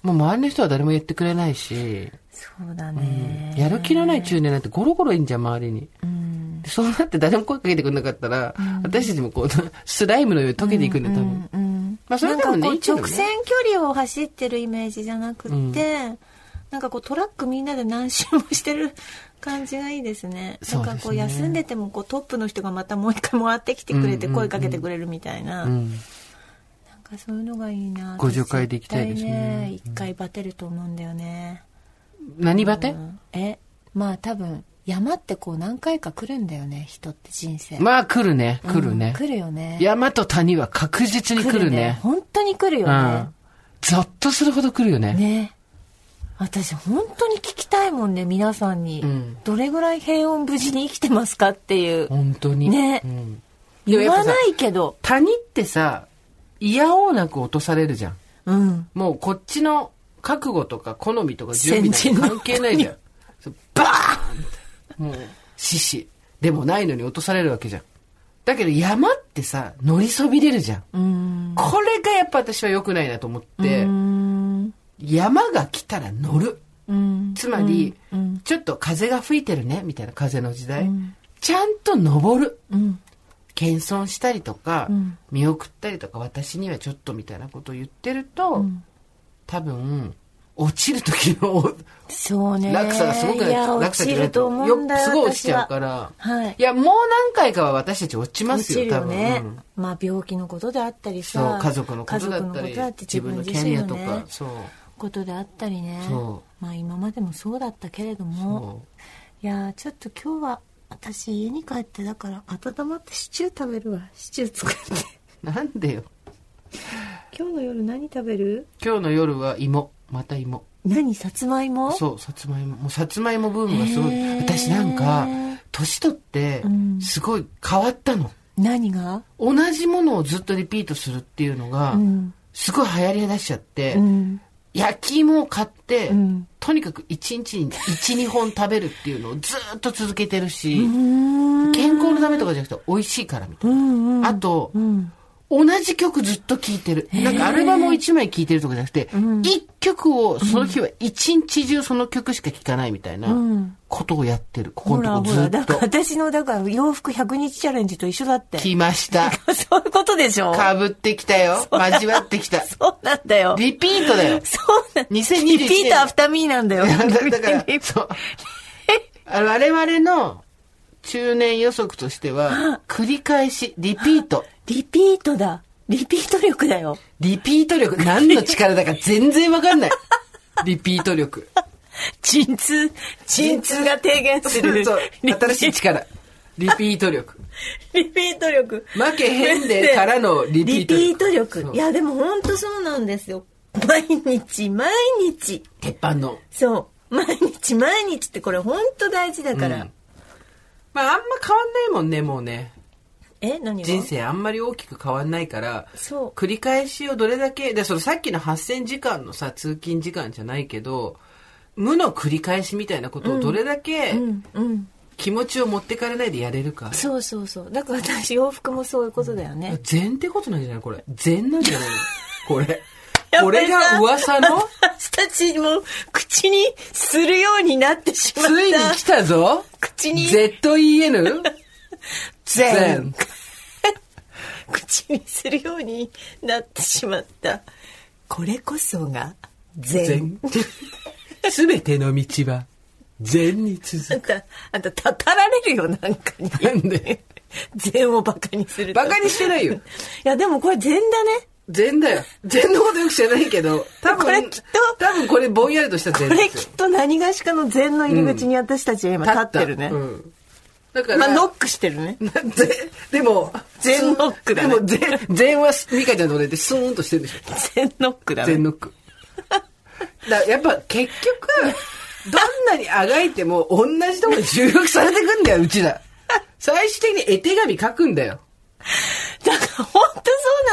[SPEAKER 2] もう周りの人は誰も言ってくれないし、
[SPEAKER 3] そうだね、
[SPEAKER 2] やる気のない中年なんてゴロゴロいんじゃん、周りに。
[SPEAKER 3] うん
[SPEAKER 2] でそうなって誰も声かけてくれなかったら、私たちもこう、 (laughs) スライムのように溶けていくんだよ、多分。
[SPEAKER 3] うんうん
[SPEAKER 2] まあ、それ
[SPEAKER 4] なん
[SPEAKER 2] で
[SPEAKER 4] か
[SPEAKER 2] もね、
[SPEAKER 4] こ
[SPEAKER 2] いういけどね
[SPEAKER 4] 直線距離を走ってるイメージじゃなくて、なんかこうトラックみんなで何周もしてる感じがいいですね。
[SPEAKER 2] そうですね
[SPEAKER 4] なんかこう休んでてもこうトップの人がまたもう一回回ってきてくれて
[SPEAKER 2] うんうんうん
[SPEAKER 4] 声かけてくれるみたいな。
[SPEAKER 2] うん。
[SPEAKER 4] なんかそういうのがいいな。
[SPEAKER 2] ご助会で行きたいです
[SPEAKER 4] 私
[SPEAKER 2] ね
[SPEAKER 4] 絶対一回バテると思うんだよね。
[SPEAKER 2] 何バテ、
[SPEAKER 4] うん
[SPEAKER 3] えまあ多分山ってこう何回か来るんだよね人って人生、
[SPEAKER 2] まあ、来るね、来る
[SPEAKER 3] うん
[SPEAKER 2] ね。
[SPEAKER 3] 来るよね
[SPEAKER 2] 山と谷は確実に来るね。
[SPEAKER 3] 本当に来るよ
[SPEAKER 2] うん
[SPEAKER 3] ね、。
[SPEAKER 2] ゾッとするほど来るよね。
[SPEAKER 3] ね私本当に聞きたいもんね皆さんに、
[SPEAKER 2] うん
[SPEAKER 3] どれぐらい平穏無事に生きてますかっていう
[SPEAKER 2] 本当に。
[SPEAKER 3] ね
[SPEAKER 2] うんでも
[SPEAKER 3] 言
[SPEAKER 2] やっぱ
[SPEAKER 3] わ
[SPEAKER 2] さ
[SPEAKER 3] ないけど
[SPEAKER 2] 谷ってさ、嫌おうなく落とされるじゃん。
[SPEAKER 3] うん
[SPEAKER 2] もうこっちの覚悟とか好みとか準備
[SPEAKER 3] 先
[SPEAKER 2] と
[SPEAKER 3] 人
[SPEAKER 2] か
[SPEAKER 3] の
[SPEAKER 2] 関係ないじゃん。そうバーンって。もう、獅子。でもないのに落とされるわけじゃん。だけど山ってさ、乗りそびれるじゃん。
[SPEAKER 3] うん
[SPEAKER 2] これがやっぱ私は良くないなと思って、
[SPEAKER 3] うん
[SPEAKER 2] 山が来たら乗る。
[SPEAKER 3] うん
[SPEAKER 2] つまり、
[SPEAKER 3] うん
[SPEAKER 2] ちょっと風が吹いてるね、みたいな風の時代。ちゃんと登る。
[SPEAKER 3] うん
[SPEAKER 2] 謙遜したりとか、
[SPEAKER 3] うん
[SPEAKER 2] 見送ったりとか私にはちょっとみたいなことを言ってると、多分落ちる時の
[SPEAKER 3] そうね
[SPEAKER 2] 落差がすごくなる
[SPEAKER 3] いや
[SPEAKER 2] 落
[SPEAKER 3] 落
[SPEAKER 2] 差
[SPEAKER 3] ちると思うんだよ
[SPEAKER 2] すごい落ちちゃうからら
[SPEAKER 3] はい
[SPEAKER 2] いやもう何回かは私たち落ちま
[SPEAKER 3] 落
[SPEAKER 2] す
[SPEAKER 3] ち
[SPEAKER 2] よ
[SPEAKER 3] る
[SPEAKER 2] 多
[SPEAKER 3] よ
[SPEAKER 2] 分、
[SPEAKER 3] ね、
[SPEAKER 2] うん
[SPEAKER 3] まあ病気のことであったり
[SPEAKER 2] そ
[SPEAKER 3] さ
[SPEAKER 2] う家族のことだった
[SPEAKER 3] 家族の
[SPEAKER 2] り
[SPEAKER 3] ことだって
[SPEAKER 2] 自
[SPEAKER 3] 自
[SPEAKER 2] 分
[SPEAKER 3] 分
[SPEAKER 2] の
[SPEAKER 3] 自
[SPEAKER 2] キャ
[SPEAKER 3] 身
[SPEAKER 2] リ
[SPEAKER 3] の
[SPEAKER 2] アとか、
[SPEAKER 3] ね
[SPEAKER 2] そう
[SPEAKER 3] ことであったりね
[SPEAKER 2] そ
[SPEAKER 3] まあ今までもそうだったけれどもい
[SPEAKER 2] そ
[SPEAKER 3] やーちょっと今日は私家に帰ってだから温まってシチュー食べるわシチュー作って
[SPEAKER 2] うなんでよ
[SPEAKER 3] (laughs) 今日の夜何食べる
[SPEAKER 2] 今日の夜は芋また芋
[SPEAKER 3] 何さつまいも
[SPEAKER 2] そうさつまいももうさつまいもブームがすご
[SPEAKER 3] へ
[SPEAKER 2] い
[SPEAKER 3] ー
[SPEAKER 2] 私なんか年取って
[SPEAKER 3] うん
[SPEAKER 2] すごい変わったの、
[SPEAKER 3] 何が
[SPEAKER 2] 同じものをずっとリピートするっていうのが、
[SPEAKER 3] うん
[SPEAKER 2] すごい流行り出しちゃって、
[SPEAKER 3] うん
[SPEAKER 2] 焼き芋を買って、
[SPEAKER 3] うん
[SPEAKER 2] とにかく1日に12本食べるっていうのをずっと続けてるし、
[SPEAKER 3] うん
[SPEAKER 2] 健康のためとかじゃなくて美味しいからみたいな、
[SPEAKER 3] うん
[SPEAKER 2] あと、
[SPEAKER 3] うん
[SPEAKER 2] 同じ曲ずっと聴いてるなんかアルバムを1枚聴いてるとかじゃなくて、1曲をその日は1日中その曲しか聴かないみたいな
[SPEAKER 3] うん
[SPEAKER 2] ことをやってるここ
[SPEAKER 3] ほら
[SPEAKER 2] のとこ
[SPEAKER 3] ほ
[SPEAKER 2] ず
[SPEAKER 3] ら
[SPEAKER 2] っ
[SPEAKER 3] だから
[SPEAKER 2] と
[SPEAKER 3] 私のだから洋服100日チャレンジと一緒だって
[SPEAKER 2] 来ました
[SPEAKER 3] (laughs) そういうことでしょ
[SPEAKER 2] かぶってきた
[SPEAKER 3] (laughs)
[SPEAKER 2] よ交わってきた
[SPEAKER 3] そうなんだよ
[SPEAKER 2] リピートだよ
[SPEAKER 3] そうなん
[SPEAKER 2] 2021
[SPEAKER 3] リピートアフターミーなんだよ (laughs)
[SPEAKER 2] だ (laughs) から、そう。あの我々の中年予測としては、繰り返し、リピート。
[SPEAKER 3] リピートだ。リピート力だよ。
[SPEAKER 2] リピート力、何の力だか全然わか (laughs) んない。リピート力。
[SPEAKER 3] 鎮痛、鎮痛が低減する。
[SPEAKER 2] そう
[SPEAKER 3] リピ
[SPEAKER 2] 新しい力。リピート力。
[SPEAKER 3] リピート力。
[SPEAKER 2] 負けへんでからのリピート力
[SPEAKER 3] リピート力
[SPEAKER 2] そう
[SPEAKER 3] いや、でも本当そうなんですよ。毎日、毎日。
[SPEAKER 2] 鉄板の。
[SPEAKER 3] そう。毎日、毎日ってこれ本当大事だから。
[SPEAKER 2] うんまあ、あんま変わんないもんね、もうね。
[SPEAKER 3] え、何が
[SPEAKER 2] 人生あんまり大きく変わんないから、
[SPEAKER 3] そう
[SPEAKER 2] 繰り返しをどれだけ、で、そのさっきの8000時間のさ、通勤時間じゃないけど、無の繰り返しみたいなことをどれだけ
[SPEAKER 3] うん、うん。
[SPEAKER 2] 気持ちを持ってかれないでやれるか。
[SPEAKER 3] そうそうそう。だから私、洋服もそういうことだよね。
[SPEAKER 2] 禅ってことなんじゃないこれ。禅なんじゃないこれ。
[SPEAKER 3] や
[SPEAKER 2] こ
[SPEAKER 3] っぱ
[SPEAKER 2] れ
[SPEAKER 3] りさ
[SPEAKER 2] が噂の
[SPEAKER 3] 私たちも口にするようになってしまっ
[SPEAKER 2] つ
[SPEAKER 3] た。
[SPEAKER 2] いに来たぞ
[SPEAKER 3] 口に。
[SPEAKER 2] !ZEN? 禅。
[SPEAKER 3] 口にするようになってしまったこれこそが善
[SPEAKER 2] 禅。すべての道は禅に
[SPEAKER 3] あ
[SPEAKER 2] 続
[SPEAKER 3] んたあんたたたられるよなんかに
[SPEAKER 2] く。なんで
[SPEAKER 3] 善をバカにする
[SPEAKER 2] バカにしてないいよ。
[SPEAKER 3] いやでもこれ善だね
[SPEAKER 2] 禅だよ。禅のことよく知らないけど、多分、
[SPEAKER 3] これきっと
[SPEAKER 2] 多分これぼんやりとした禅
[SPEAKER 3] これ
[SPEAKER 2] で
[SPEAKER 3] き
[SPEAKER 2] す
[SPEAKER 3] っと何がしかの善の入り口に私たちは今立ってるね、
[SPEAKER 2] 立ったうんだから、
[SPEAKER 3] まあノックしてるね
[SPEAKER 2] 禅でも、
[SPEAKER 3] 禅ノックだね
[SPEAKER 2] でも禅、禅はミカちゃんと同じでスーンとしてるでしょ。
[SPEAKER 3] 善ノックだ
[SPEAKER 2] 禅
[SPEAKER 3] ね
[SPEAKER 2] ノック。だからやっぱ結局、どんなにあがいても同じとこに収録されてくんだよ、うちら。最終的に絵手紙書くんだよ。
[SPEAKER 3] だから本当そ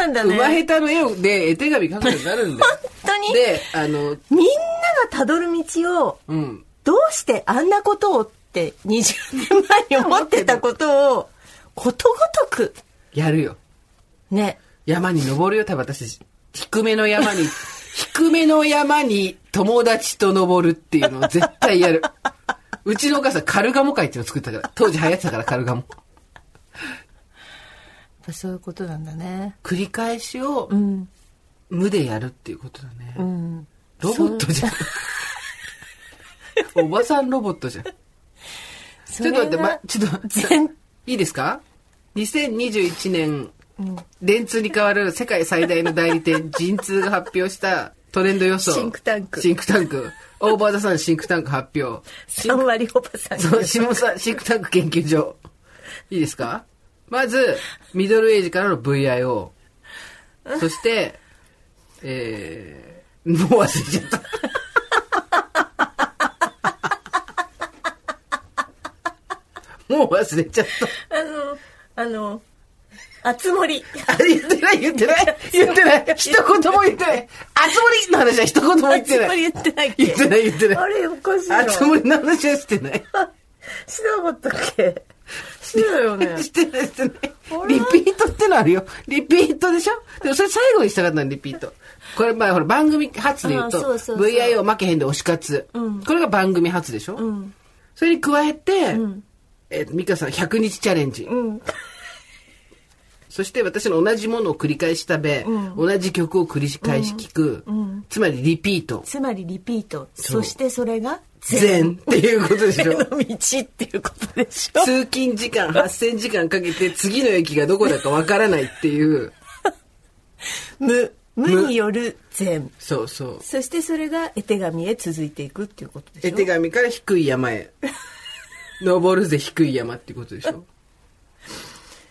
[SPEAKER 3] うなんだね
[SPEAKER 2] 馬
[SPEAKER 3] 本
[SPEAKER 2] 下手の絵をで絵手紙書くようになるんだよ。
[SPEAKER 3] 当に
[SPEAKER 2] で、あの、
[SPEAKER 3] みんながたどる道を
[SPEAKER 2] うん。
[SPEAKER 3] どうしてあんなことをって20年前に思ってたことをことごとく
[SPEAKER 2] やるよ。
[SPEAKER 3] ね
[SPEAKER 2] 山に登るよ、多分私たち。低め
[SPEAKER 5] (laughs)
[SPEAKER 2] の山に、低めの山に友達と登るっていうのを絶対やる。うちのお母さん、カルガモ会っていうのを作ったから。当時流行ってたから、カルガモ。
[SPEAKER 5] ぱそういうことなんだね。
[SPEAKER 2] 繰り返しを
[SPEAKER 5] うん。
[SPEAKER 2] 無でやるっていうことだね。
[SPEAKER 5] うん。
[SPEAKER 2] ロボット
[SPEAKER 5] (laughs)
[SPEAKER 2] じゃん。おばさんロボットじゃん。ち
[SPEAKER 5] そ
[SPEAKER 2] ょっ
[SPEAKER 5] れ
[SPEAKER 2] と待って、
[SPEAKER 5] は
[SPEAKER 2] ま、ちょっと待って、
[SPEAKER 5] 全
[SPEAKER 2] いいですか ?2021 年、電通に代わる世界最大の代理店、陣通が発表したトレンド予想。
[SPEAKER 5] シンクタンク
[SPEAKER 2] シンクタンク。オーバーザさんシンクタンク発表。
[SPEAKER 5] 3割おばさん
[SPEAKER 2] そう、下さシンクタンク研究所。いいですかまず、ミドルエイジからの VIO。そして、えー、もう忘れちゃった。もう忘れちゃっ
[SPEAKER 3] あの、あの、あつ森。
[SPEAKER 2] た。あ言ってない、言ってない、言ってない。一言も言ってない。あつ森の話は一言も言って
[SPEAKER 3] あつ
[SPEAKER 2] ない。
[SPEAKER 3] 森言ってないっけ
[SPEAKER 2] 言ってない、言ってない。
[SPEAKER 3] あれ、おかしいな。
[SPEAKER 2] あつ森の話はしてない。
[SPEAKER 3] しなかったっけしてたよね。
[SPEAKER 2] してないしてない。リピートってのあるよ。リピートでしょでもそれ最後にしたかったの、リピート。これ、まあほら、番組初で言うと、
[SPEAKER 3] あそうそうそう
[SPEAKER 2] VIO 負けへんで推し活、これが番組初でしょ、それに加えて、えっ、と、ミカさん100日チャレンジ。
[SPEAKER 3] うん。
[SPEAKER 2] そして私の同じものを繰り返し食べ、同じ曲を繰り返し聴く、つまりリピート。
[SPEAKER 3] つまりリピート。
[SPEAKER 2] そう
[SPEAKER 3] そしてそれが、
[SPEAKER 2] 善っていうことでしょ
[SPEAKER 3] の道っていうことでしょ。
[SPEAKER 2] 通勤時間8000時間かけて次の駅がどこだかわからないっていう。
[SPEAKER 3] 無。無による善。
[SPEAKER 2] そうそう。
[SPEAKER 3] そしてそれが絵手紙へ続いていくっていうことでしょ。
[SPEAKER 2] 絵手紙から低い山へ (laughs) 登るぜ低い山っていうことでしょ (laughs)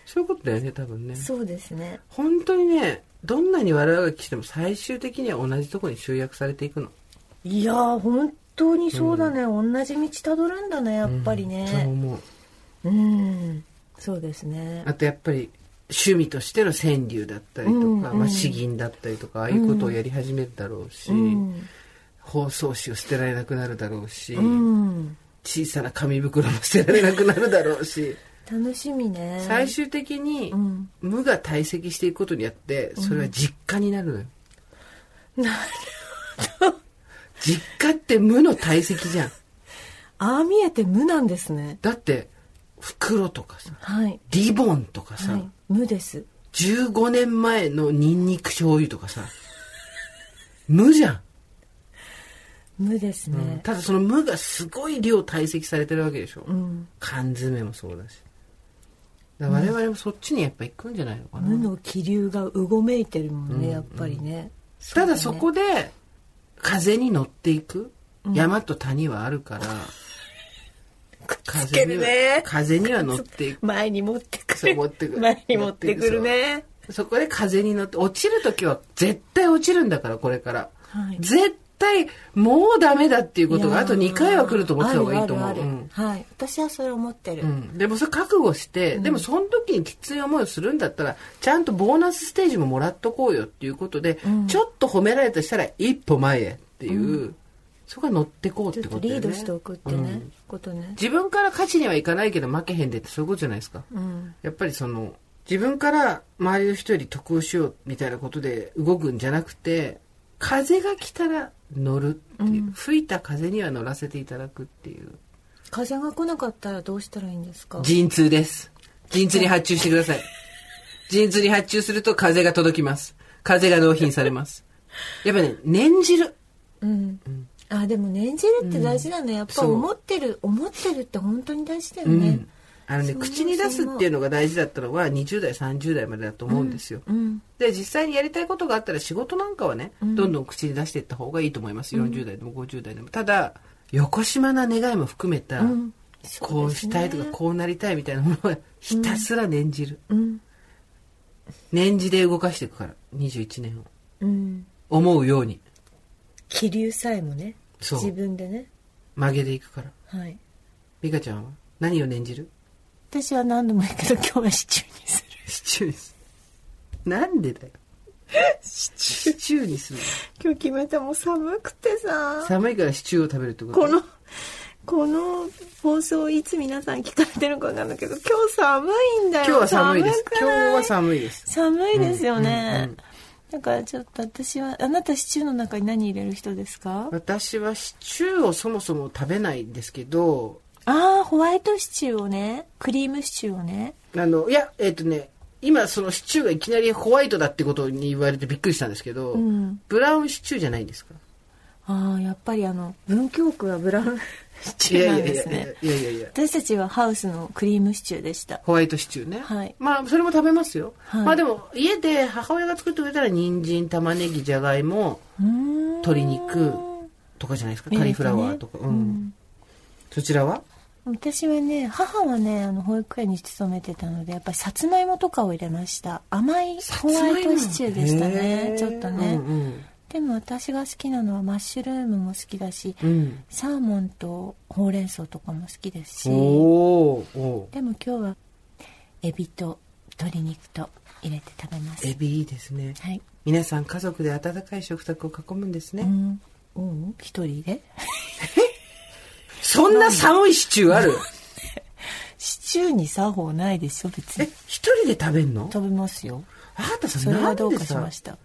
[SPEAKER 2] そういうことだよね多分ね
[SPEAKER 3] そうですね。
[SPEAKER 2] 本当にねどんなに悪あがきしても最終的には同じとこに集約されていくの
[SPEAKER 3] いやー、本当にそうだね。同じ道たどるんだね、やっぱり
[SPEAKER 2] そう
[SPEAKER 3] ね。
[SPEAKER 2] 思う
[SPEAKER 3] うん。そうですね。
[SPEAKER 2] あとやっぱり趣味としての川柳だったりとか、まあ、詩吟だったりとかああいうことをやり始めるだろうし、包装紙を捨てられなくなるだろうし、
[SPEAKER 3] うん。
[SPEAKER 2] 小さな紙袋も捨てられなくなるだろうし
[SPEAKER 3] 楽しみね。
[SPEAKER 2] 最終的に
[SPEAKER 3] ん
[SPEAKER 2] 無が堆積していくことによってそれは実家になるのよ、
[SPEAKER 3] (laughs) なる
[SPEAKER 2] 実家って無の堆積じゃん
[SPEAKER 3] ああ見えて無なんですね。
[SPEAKER 2] だって袋とかさ
[SPEAKER 3] はい。
[SPEAKER 2] リボンとかさ、
[SPEAKER 3] はい。無です。
[SPEAKER 2] 15年前のニンニク醤油とかさ無じゃん、
[SPEAKER 3] 無ですね。
[SPEAKER 2] ただその無がすごい量堆積されてるわけでしょ、
[SPEAKER 3] ん
[SPEAKER 2] 缶詰もそうだしだから我々もそっちにやっぱ行くんじゃないのかな、
[SPEAKER 3] 無の気流がうごめいてるもんね、やっぱりね。
[SPEAKER 2] ただ
[SPEAKER 3] う
[SPEAKER 2] そ
[SPEAKER 3] ね
[SPEAKER 2] こで風に乗っていく、山と谷はあるから風には
[SPEAKER 3] くっつけるね
[SPEAKER 2] 風には乗っていく
[SPEAKER 3] 前に持ってく
[SPEAKER 2] そう
[SPEAKER 3] る。
[SPEAKER 2] 持ってくる
[SPEAKER 3] 前に持ってくるね。
[SPEAKER 2] そこで風に乗って落ちる時は絶対落ちるんだからこれから、
[SPEAKER 3] はい
[SPEAKER 2] 絶対もうダメだっていうことがあと2回は来ると思ってた方がいいと思う
[SPEAKER 3] あるあるある
[SPEAKER 2] うん
[SPEAKER 3] はい。私はそれ思ってる。
[SPEAKER 2] うんでもそれ覚悟して、でもその時にきつい思いをするんだったらちゃんとボーナスステージももらっとこうよっていうことで、ちょっと褒められたしたら一歩前へっていう、そこは乗ってこうっ
[SPEAKER 3] ちょ
[SPEAKER 2] て
[SPEAKER 3] っと
[SPEAKER 2] ことだ
[SPEAKER 3] リ
[SPEAKER 2] よ
[SPEAKER 3] ー
[SPEAKER 2] ね
[SPEAKER 3] ドしておくってね、
[SPEAKER 2] うん
[SPEAKER 3] ことね。
[SPEAKER 2] 自分から勝ちにはいかないけど負けへんでってそういうことじゃないですか、
[SPEAKER 3] うん。
[SPEAKER 2] やっぱりその自分から周りの人より得をしようみたいなことで動くんじゃなくて風が来たら乗るっていう、吹いた風には乗らせていただくっていう
[SPEAKER 3] 風が来なかったらどうしたらいいんですか
[SPEAKER 2] 陣痛です。陣痛に発注してください。陣痛に発注すると風が届きます。風が納品されます。やっぱね、念じる。
[SPEAKER 3] うん。あ、でも念じるって大事だね。やっぱ
[SPEAKER 2] そう
[SPEAKER 3] 思ってる、思ってるって本当に大事だよ
[SPEAKER 2] う
[SPEAKER 3] ね。
[SPEAKER 2] ん。あのね、
[SPEAKER 3] そう
[SPEAKER 2] 口に出すっていうのが大事だったのは20代、30代までだと思うんですよ。で、実際にやりたいことがあったら仕事なんかはね、どんどん口に出していった方がいいと思います。40代でも50代でも。ただ、横島な願いも含めた、こうしたいとかこうなりたいみたいなものはひたすら念じる。
[SPEAKER 3] ん
[SPEAKER 2] 念じで動かしていくから、21年を。
[SPEAKER 3] うん。
[SPEAKER 2] 思うように
[SPEAKER 3] 気流さえもね。
[SPEAKER 2] そう
[SPEAKER 3] 自分でね。
[SPEAKER 2] 曲げていくから
[SPEAKER 3] はい。
[SPEAKER 2] 美香ちゃんは何を念じる
[SPEAKER 3] 私は何度も言うけど今日はシチューにする。
[SPEAKER 2] シチューにするなんでだよシチューにする
[SPEAKER 3] 今日決めたもう寒くてさ
[SPEAKER 2] 寒いからシチューを食べるってこと
[SPEAKER 3] このこの放送いつ皆さん聞かれてるかわかんないけど今日寒いんだよ
[SPEAKER 2] 今日は寒いです
[SPEAKER 3] く
[SPEAKER 2] 今
[SPEAKER 3] ない
[SPEAKER 2] 日は寒いです
[SPEAKER 3] 寒いですよね、
[SPEAKER 2] うんうん
[SPEAKER 3] だからちょっと私はあなたシチューの中に何入れる人ですか
[SPEAKER 2] 私はシチューをそもそも食べないんですけど
[SPEAKER 3] ああ、ホワイトシチューをね、クリームシチューをね。
[SPEAKER 6] あの、いや、えっ、とね、今そのシチューがいきなりホワイトだってことに言われてびっくりしたんですけど、
[SPEAKER 3] ん
[SPEAKER 6] ブラウンシチューじゃないんですか
[SPEAKER 3] ああ、やっぱりあの、文京区はブラウンシチューなんですね。
[SPEAKER 6] いやいやいやいやいやいや
[SPEAKER 3] 私たちはハウスのクリームシチューでした。
[SPEAKER 6] ホワイトシチューね。
[SPEAKER 3] はい
[SPEAKER 6] まあ、それも食べますよ。
[SPEAKER 3] はい
[SPEAKER 6] まあでも、家で母親が作ってくれたら、人参、玉ねぎ、じゃがいも、鶏肉とかじゃないですか。カリフラワーとか。
[SPEAKER 3] えー
[SPEAKER 6] う
[SPEAKER 3] とね
[SPEAKER 6] ん。そちらは
[SPEAKER 3] 私はね、母はね、あの、保育園に勤めてたので、やっぱりさつまいもとかを入れました。甘いホワイトシチューでした
[SPEAKER 6] へ
[SPEAKER 3] ね
[SPEAKER 6] ー、
[SPEAKER 3] ちょっとね。
[SPEAKER 6] うん
[SPEAKER 3] でも私が好きなのはマッシュルームも好きだし、
[SPEAKER 6] うん。うん。
[SPEAKER 3] サーモンとほうれん草とかも好きですし、
[SPEAKER 6] おーお
[SPEAKER 3] でも今日はエビと鶏肉と入れて食べま
[SPEAKER 6] ーエ
[SPEAKER 3] す。
[SPEAKER 6] ビいいですね。
[SPEAKER 3] はい。
[SPEAKER 6] 皆さん家族で温かい食卓を囲むんですね。
[SPEAKER 3] うん。うん一人で (laughs)
[SPEAKER 6] そんな寒いシチューある
[SPEAKER 3] シチューに作法ないでしょ、別
[SPEAKER 6] え
[SPEAKER 3] に。、
[SPEAKER 6] 一人で食べんの
[SPEAKER 3] 食べますよ。
[SPEAKER 6] あなた
[SPEAKER 3] そ
[SPEAKER 6] さ、
[SPEAKER 3] れ
[SPEAKER 6] な
[SPEAKER 3] は
[SPEAKER 6] んで
[SPEAKER 3] どうかし
[SPEAKER 6] さ
[SPEAKER 3] ました。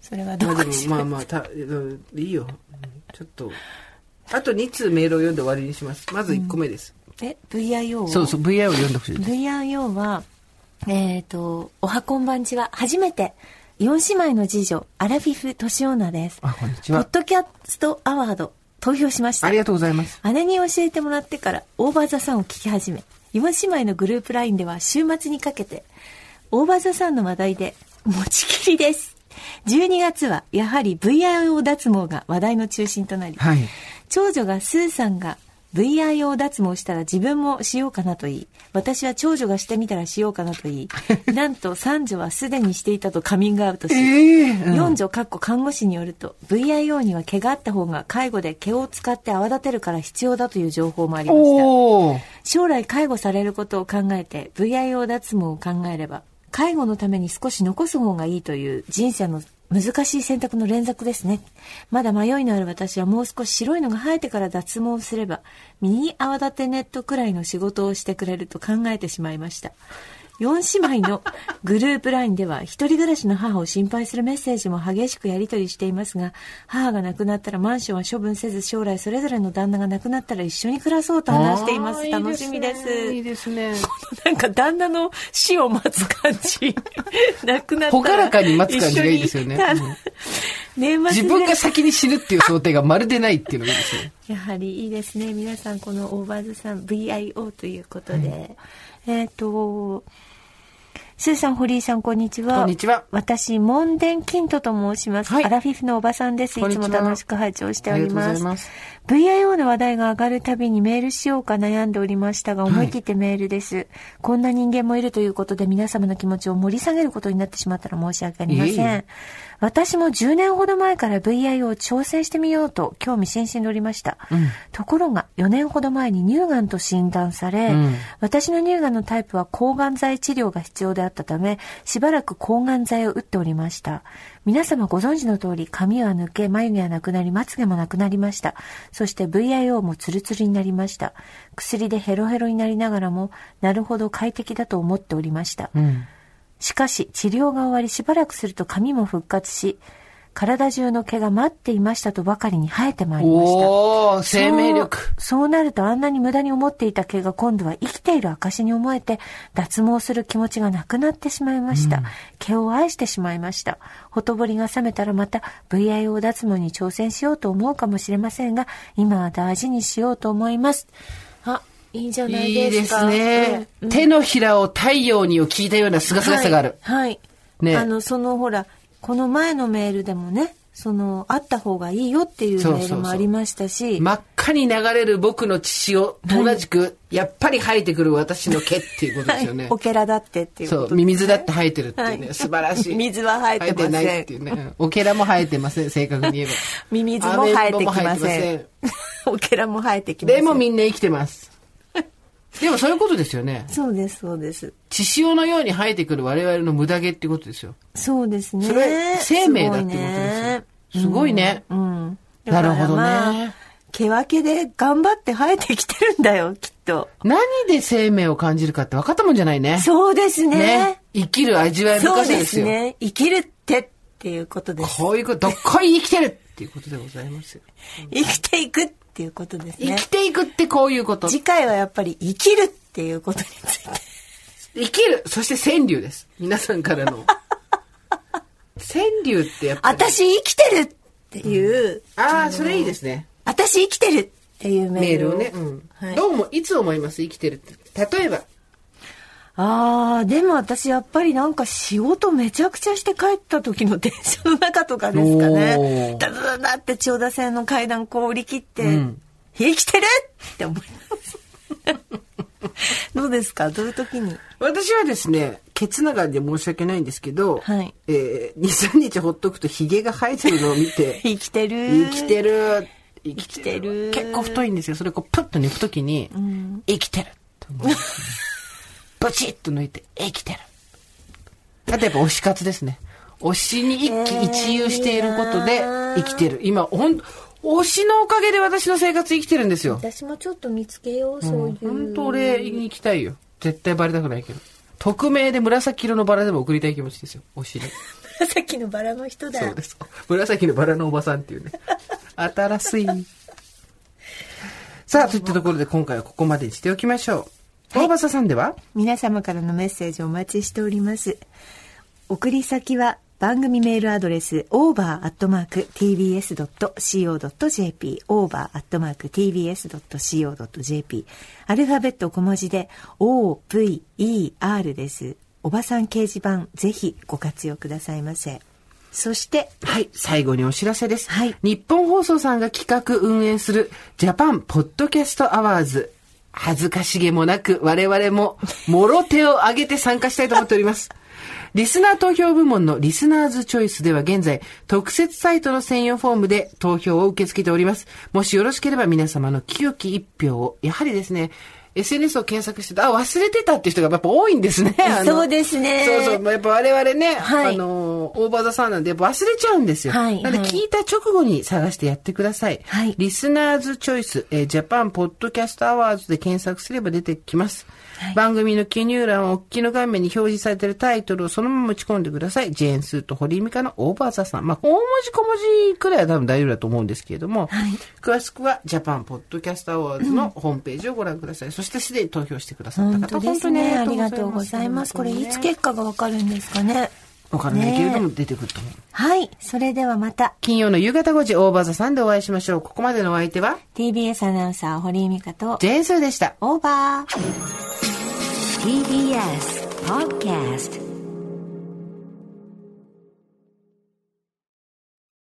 [SPEAKER 3] それはど
[SPEAKER 6] ま
[SPEAKER 3] う
[SPEAKER 6] あで
[SPEAKER 3] か
[SPEAKER 6] も
[SPEAKER 3] しま
[SPEAKER 6] ま
[SPEAKER 3] し
[SPEAKER 6] あ
[SPEAKER 3] た。
[SPEAKER 6] まあたうんいいよちょっとあと2通メールを読んで終わりにしますまず1個目です、
[SPEAKER 3] え、VIO は
[SPEAKER 6] そうそう VI を読んでほしいです
[SPEAKER 3] VRO は、えっ、と、おはこんばんちは、初めて、四姉妹の次女、アラフィフ・トシオーナです。
[SPEAKER 6] あこんにち
[SPEAKER 3] ポ
[SPEAKER 6] は
[SPEAKER 3] ッドキャストアワード、投票しました
[SPEAKER 6] あ。りがとうございます
[SPEAKER 3] 姉に教えてもらってから、オーバーザさんを聞き始め、四姉妹のグループラインでは、週末にかけて、オーバーザさんの話題で、持ちきりです。12月は、やはり VIO 脱毛が話題の中心となり、
[SPEAKER 6] はい
[SPEAKER 3] 長女がスーさんが VIO 脱毛したら自分もしようかなと言い、私は長女がしてみたらしようかなと言い、なんと三女はすでにしていたとカミングアウトし、四女かっこ看護師によると、VIO には毛があった方が介護で毛を使って泡立てるから必要だという情報もありました。
[SPEAKER 6] おお
[SPEAKER 3] 将来介護されることを考えて VIO 脱毛を考えれば介護のために少し残す方がいいという人生の難しい選択の連続ですねまだ迷いのある私はもう少し白いのが生えてから脱毛すればミニ泡立てネットくらいの仕事をしてくれると考えてしまいました4姉妹のグループラインでは一人暮らしの母を心配するメッセージも激しくやり取りしていますが母が亡くなったらマンションは処分せず将来それぞれの旦那が亡くなったら一緒に暮らそうと話しています楽しみです
[SPEAKER 6] いいですね
[SPEAKER 3] なんか旦那の死を待つ感
[SPEAKER 2] (laughs)
[SPEAKER 3] じ亡くなった
[SPEAKER 2] ほがらかに待つ感じがいいですよね
[SPEAKER 3] 一緒に年末
[SPEAKER 2] 自
[SPEAKER 3] ぐらい
[SPEAKER 2] 分が先に死ぬっていう想定がまるでないっていうのがいいですね。
[SPEAKER 3] やはりいいですね皆さんこのオーバーズさん VIO ということで、えっ、とスーさん堀井さんこんにちは
[SPEAKER 6] こんにちは
[SPEAKER 3] 私門殿キントと申します、
[SPEAKER 6] はい
[SPEAKER 3] アラフィフのおばさんです
[SPEAKER 6] こん
[SPEAKER 3] い
[SPEAKER 6] に
[SPEAKER 3] つ
[SPEAKER 6] ちは
[SPEAKER 3] も楽しく拝聴してお
[SPEAKER 6] あ
[SPEAKER 3] り
[SPEAKER 6] りがとうご
[SPEAKER 3] ま
[SPEAKER 6] ざ
[SPEAKER 3] す
[SPEAKER 6] います
[SPEAKER 3] VIO の話題が上がるたびにメールしようか悩んでおりましたが思い切ってメールです、こんな人間もいるということで皆様の気持ちを盛り下げることになってしまったら申し訳ありません
[SPEAKER 2] いえいえ
[SPEAKER 3] 私も10年ほど前から VIO を挑戦してみようと興味津々でおりました、ところが4年ほど前に乳がんと診断され、私の乳がんのタイプは抗がん剤治療が必要であったためしばらく抗がん剤を打っておりました皆様ご存知の通り髪は抜け眉毛はなくなりまつげもなくなりましたそして VIO もツルツルになりました薬でヘロヘロになりながらもなるほど快適だと思っておりました、しかし治療が終わりしばらくすると髪も復活し体中の毛が待っていましたとばかりに生えてまいりました
[SPEAKER 2] おお生命力。
[SPEAKER 3] そうそうなるとあんなに無駄に思っていた毛が今度は生きている証に思えて脱毛する気持ちがなくなってしまいました、毛を愛してしまいましたほとぼりが冷めたらまた VIO 脱毛に挑戦しようと思うかもしれませんが今は大事にしようと思いますあいいじゃない
[SPEAKER 2] いい
[SPEAKER 3] で
[SPEAKER 2] ですす
[SPEAKER 3] か
[SPEAKER 2] ね。手のひらを太陽にを聞いたようなすがすがしさがある。
[SPEAKER 3] はい。はい
[SPEAKER 2] ね
[SPEAKER 3] あの、そのほら、この前のメールでもね、その、あった方がいいよっていう
[SPEAKER 2] そうそう
[SPEAKER 3] メー
[SPEAKER 2] そ
[SPEAKER 3] ル
[SPEAKER 2] う
[SPEAKER 3] もありましたし、
[SPEAKER 2] 真っ赤に流れる僕の血をと同じく、やっぱり生えてくる私の毛っていうことですよ
[SPEAKER 3] は
[SPEAKER 2] ね
[SPEAKER 3] い。オケラだってっていうこ
[SPEAKER 2] そ
[SPEAKER 3] と
[SPEAKER 2] う、ミミズだって生えてるっていう
[SPEAKER 3] は
[SPEAKER 2] ね。
[SPEAKER 3] い
[SPEAKER 2] 素晴らしい。
[SPEAKER 3] 水は生えてません
[SPEAKER 2] 生えないっていうね。うんオケラも生えてません、正確に言えば。
[SPEAKER 3] ミミズも生えてきません
[SPEAKER 2] アメンボも生えて
[SPEAKER 3] (laughs) オケラも生えてき
[SPEAKER 2] ません
[SPEAKER 3] ます。
[SPEAKER 2] でもみんな生きてます。でもそういうことですよね。
[SPEAKER 3] そうです、そうです。
[SPEAKER 2] 血潮のように生えてくる我々の無駄毛っていうことですよ。
[SPEAKER 3] そうですね。
[SPEAKER 2] それ、生命だってことですよ。すごいね。
[SPEAKER 3] うん。
[SPEAKER 2] なるほ
[SPEAKER 3] だから
[SPEAKER 2] どね
[SPEAKER 3] まあ毛分けで頑張って生えてきてるんだよ、きっと。
[SPEAKER 2] 何で生命を感じるかって分かったもんじゃないね。
[SPEAKER 3] そうですね。
[SPEAKER 2] ね。生きる味わい
[SPEAKER 3] そ
[SPEAKER 2] 深
[SPEAKER 3] う
[SPEAKER 2] さ
[SPEAKER 3] で
[SPEAKER 2] です
[SPEAKER 3] す
[SPEAKER 2] よ。
[SPEAKER 3] ね。生きるってっていうことです。
[SPEAKER 2] こういうこと、どっこい生きてるっていうことでございますよ。
[SPEAKER 3] 生きていくっっていうことです
[SPEAKER 2] 生
[SPEAKER 3] ね
[SPEAKER 2] きていくってこういうこと。
[SPEAKER 3] 次回はやっぱり生きるっていうことについて
[SPEAKER 2] 生きる。そして川柳です。皆さんからの。川柳ってやっぱり。
[SPEAKER 3] 私生きてるっていう、
[SPEAKER 7] ああ、それいいですね。
[SPEAKER 3] 私生きてるっていうメ
[SPEAKER 7] メ
[SPEAKER 3] ー
[SPEAKER 7] ー
[SPEAKER 3] ル
[SPEAKER 7] ル
[SPEAKER 3] を
[SPEAKER 7] をね。うん
[SPEAKER 3] はい
[SPEAKER 7] どうも、いつ思います生きてるって。例えば、
[SPEAKER 8] あー、でも私やっぱりなんか仕事めちゃくちゃして帰った時の電車の中とかですかね
[SPEAKER 2] お。ー
[SPEAKER 8] ダダダダって千代田線の階段こう降り切って、
[SPEAKER 2] うん
[SPEAKER 8] 生きてる
[SPEAKER 3] って思います。 (laughs) どうですかどういう時に。
[SPEAKER 2] 私はですね、ケツながらで申し訳ないんですけど、
[SPEAKER 3] はい
[SPEAKER 2] えー、2、3日ほっとくとヒゲが生えてるのを
[SPEAKER 3] (laughs)
[SPEAKER 2] 見て、
[SPEAKER 3] 生きてる。
[SPEAKER 2] 生きてる生き
[SPEAKER 3] てる
[SPEAKER 2] 結構太いんですよそれこうプッと抜くときに、生きてるって思うんですよブチッと抜いて生きてるあとやっぱ推し活ですね推しに一喜一憂していることで生きてる今ほん推しのおかげで私の生活生きてるんですよ
[SPEAKER 9] 私もちょっと見つけよう、そういう。
[SPEAKER 2] 本当俺に行きたいよ絶対バレたくないけど匿名で紫色のバラでも送りたい気持ちですよ推しに
[SPEAKER 3] (laughs) 紫のバラの人だ
[SPEAKER 2] そう。です。紫のバラのおばさんっていうね。新しい。さあ、といったところで今回はここまでにしておきましょう。大場さんでは
[SPEAKER 3] 皆様からのメッセージお待ちしております。送り先は番組メールアドレス over.tbs.co.jp over.tbs.co.jp アルファベット小文字で over です。おばさん掲示板ぜひご活用くださいませ。そして
[SPEAKER 2] はい、最後にお知らせです。
[SPEAKER 3] はい
[SPEAKER 2] 日本放送さんが企画運営するジャパンポッドキャストアワーズ。恥ずかしげもなく我々ももろ手を挙げて参加したいと思ってお
[SPEAKER 3] (laughs)
[SPEAKER 2] ります。リスナー投票部門のリスナーズチョイスでは現在特設サイトの専用フォームで投票を受け付けております。もしよろしければ皆様の清き一票を、やはりですね、SNS を検索してた、あ、忘れてたっていう人がやっぱ多いんですね。あの
[SPEAKER 3] そうですね
[SPEAKER 2] そうそう。まあやっぱ我々ね、
[SPEAKER 3] はい
[SPEAKER 2] あの、オーバーザさんなんでやっぱ忘れちゃうんですよ。
[SPEAKER 3] はい
[SPEAKER 2] なの
[SPEAKER 3] は
[SPEAKER 2] で
[SPEAKER 3] い
[SPEAKER 2] 聞いた直後に探してやってください。
[SPEAKER 3] はい
[SPEAKER 2] リスナーズチョイス、えージャパンポッドキャストアワーズで検索すれば出てきます。番組の記入欄をお聞きの画面に表示されているタイトルをそのまま打ち込んでください。ジェーンスーと堀井美香のオーバーザさん。まあ、大文字小文字くらいは多分大丈夫だと思うんですけれども、詳しくはジャパンポッドキャストアワーズのホームページをご覧ください。そしてすでに投票してくださった
[SPEAKER 3] 本
[SPEAKER 2] 方、
[SPEAKER 3] 当ですね。ありが
[SPEAKER 2] 本当
[SPEAKER 3] と
[SPEAKER 2] に
[SPEAKER 3] うございます。これいつ
[SPEAKER 2] 本当にね
[SPEAKER 3] 結果がわかるんですかね。
[SPEAKER 2] わからないけれども出てくると思う。
[SPEAKER 3] はい。それではまた
[SPEAKER 2] 金曜の夕方5時、オーバーザさんでお会いしましょう。ここまでのお相手は、
[SPEAKER 3] TBS アナウンサー堀井美香と
[SPEAKER 2] ジェーンスーでした。
[SPEAKER 3] オーバー。
[SPEAKER 10] TBS Podcast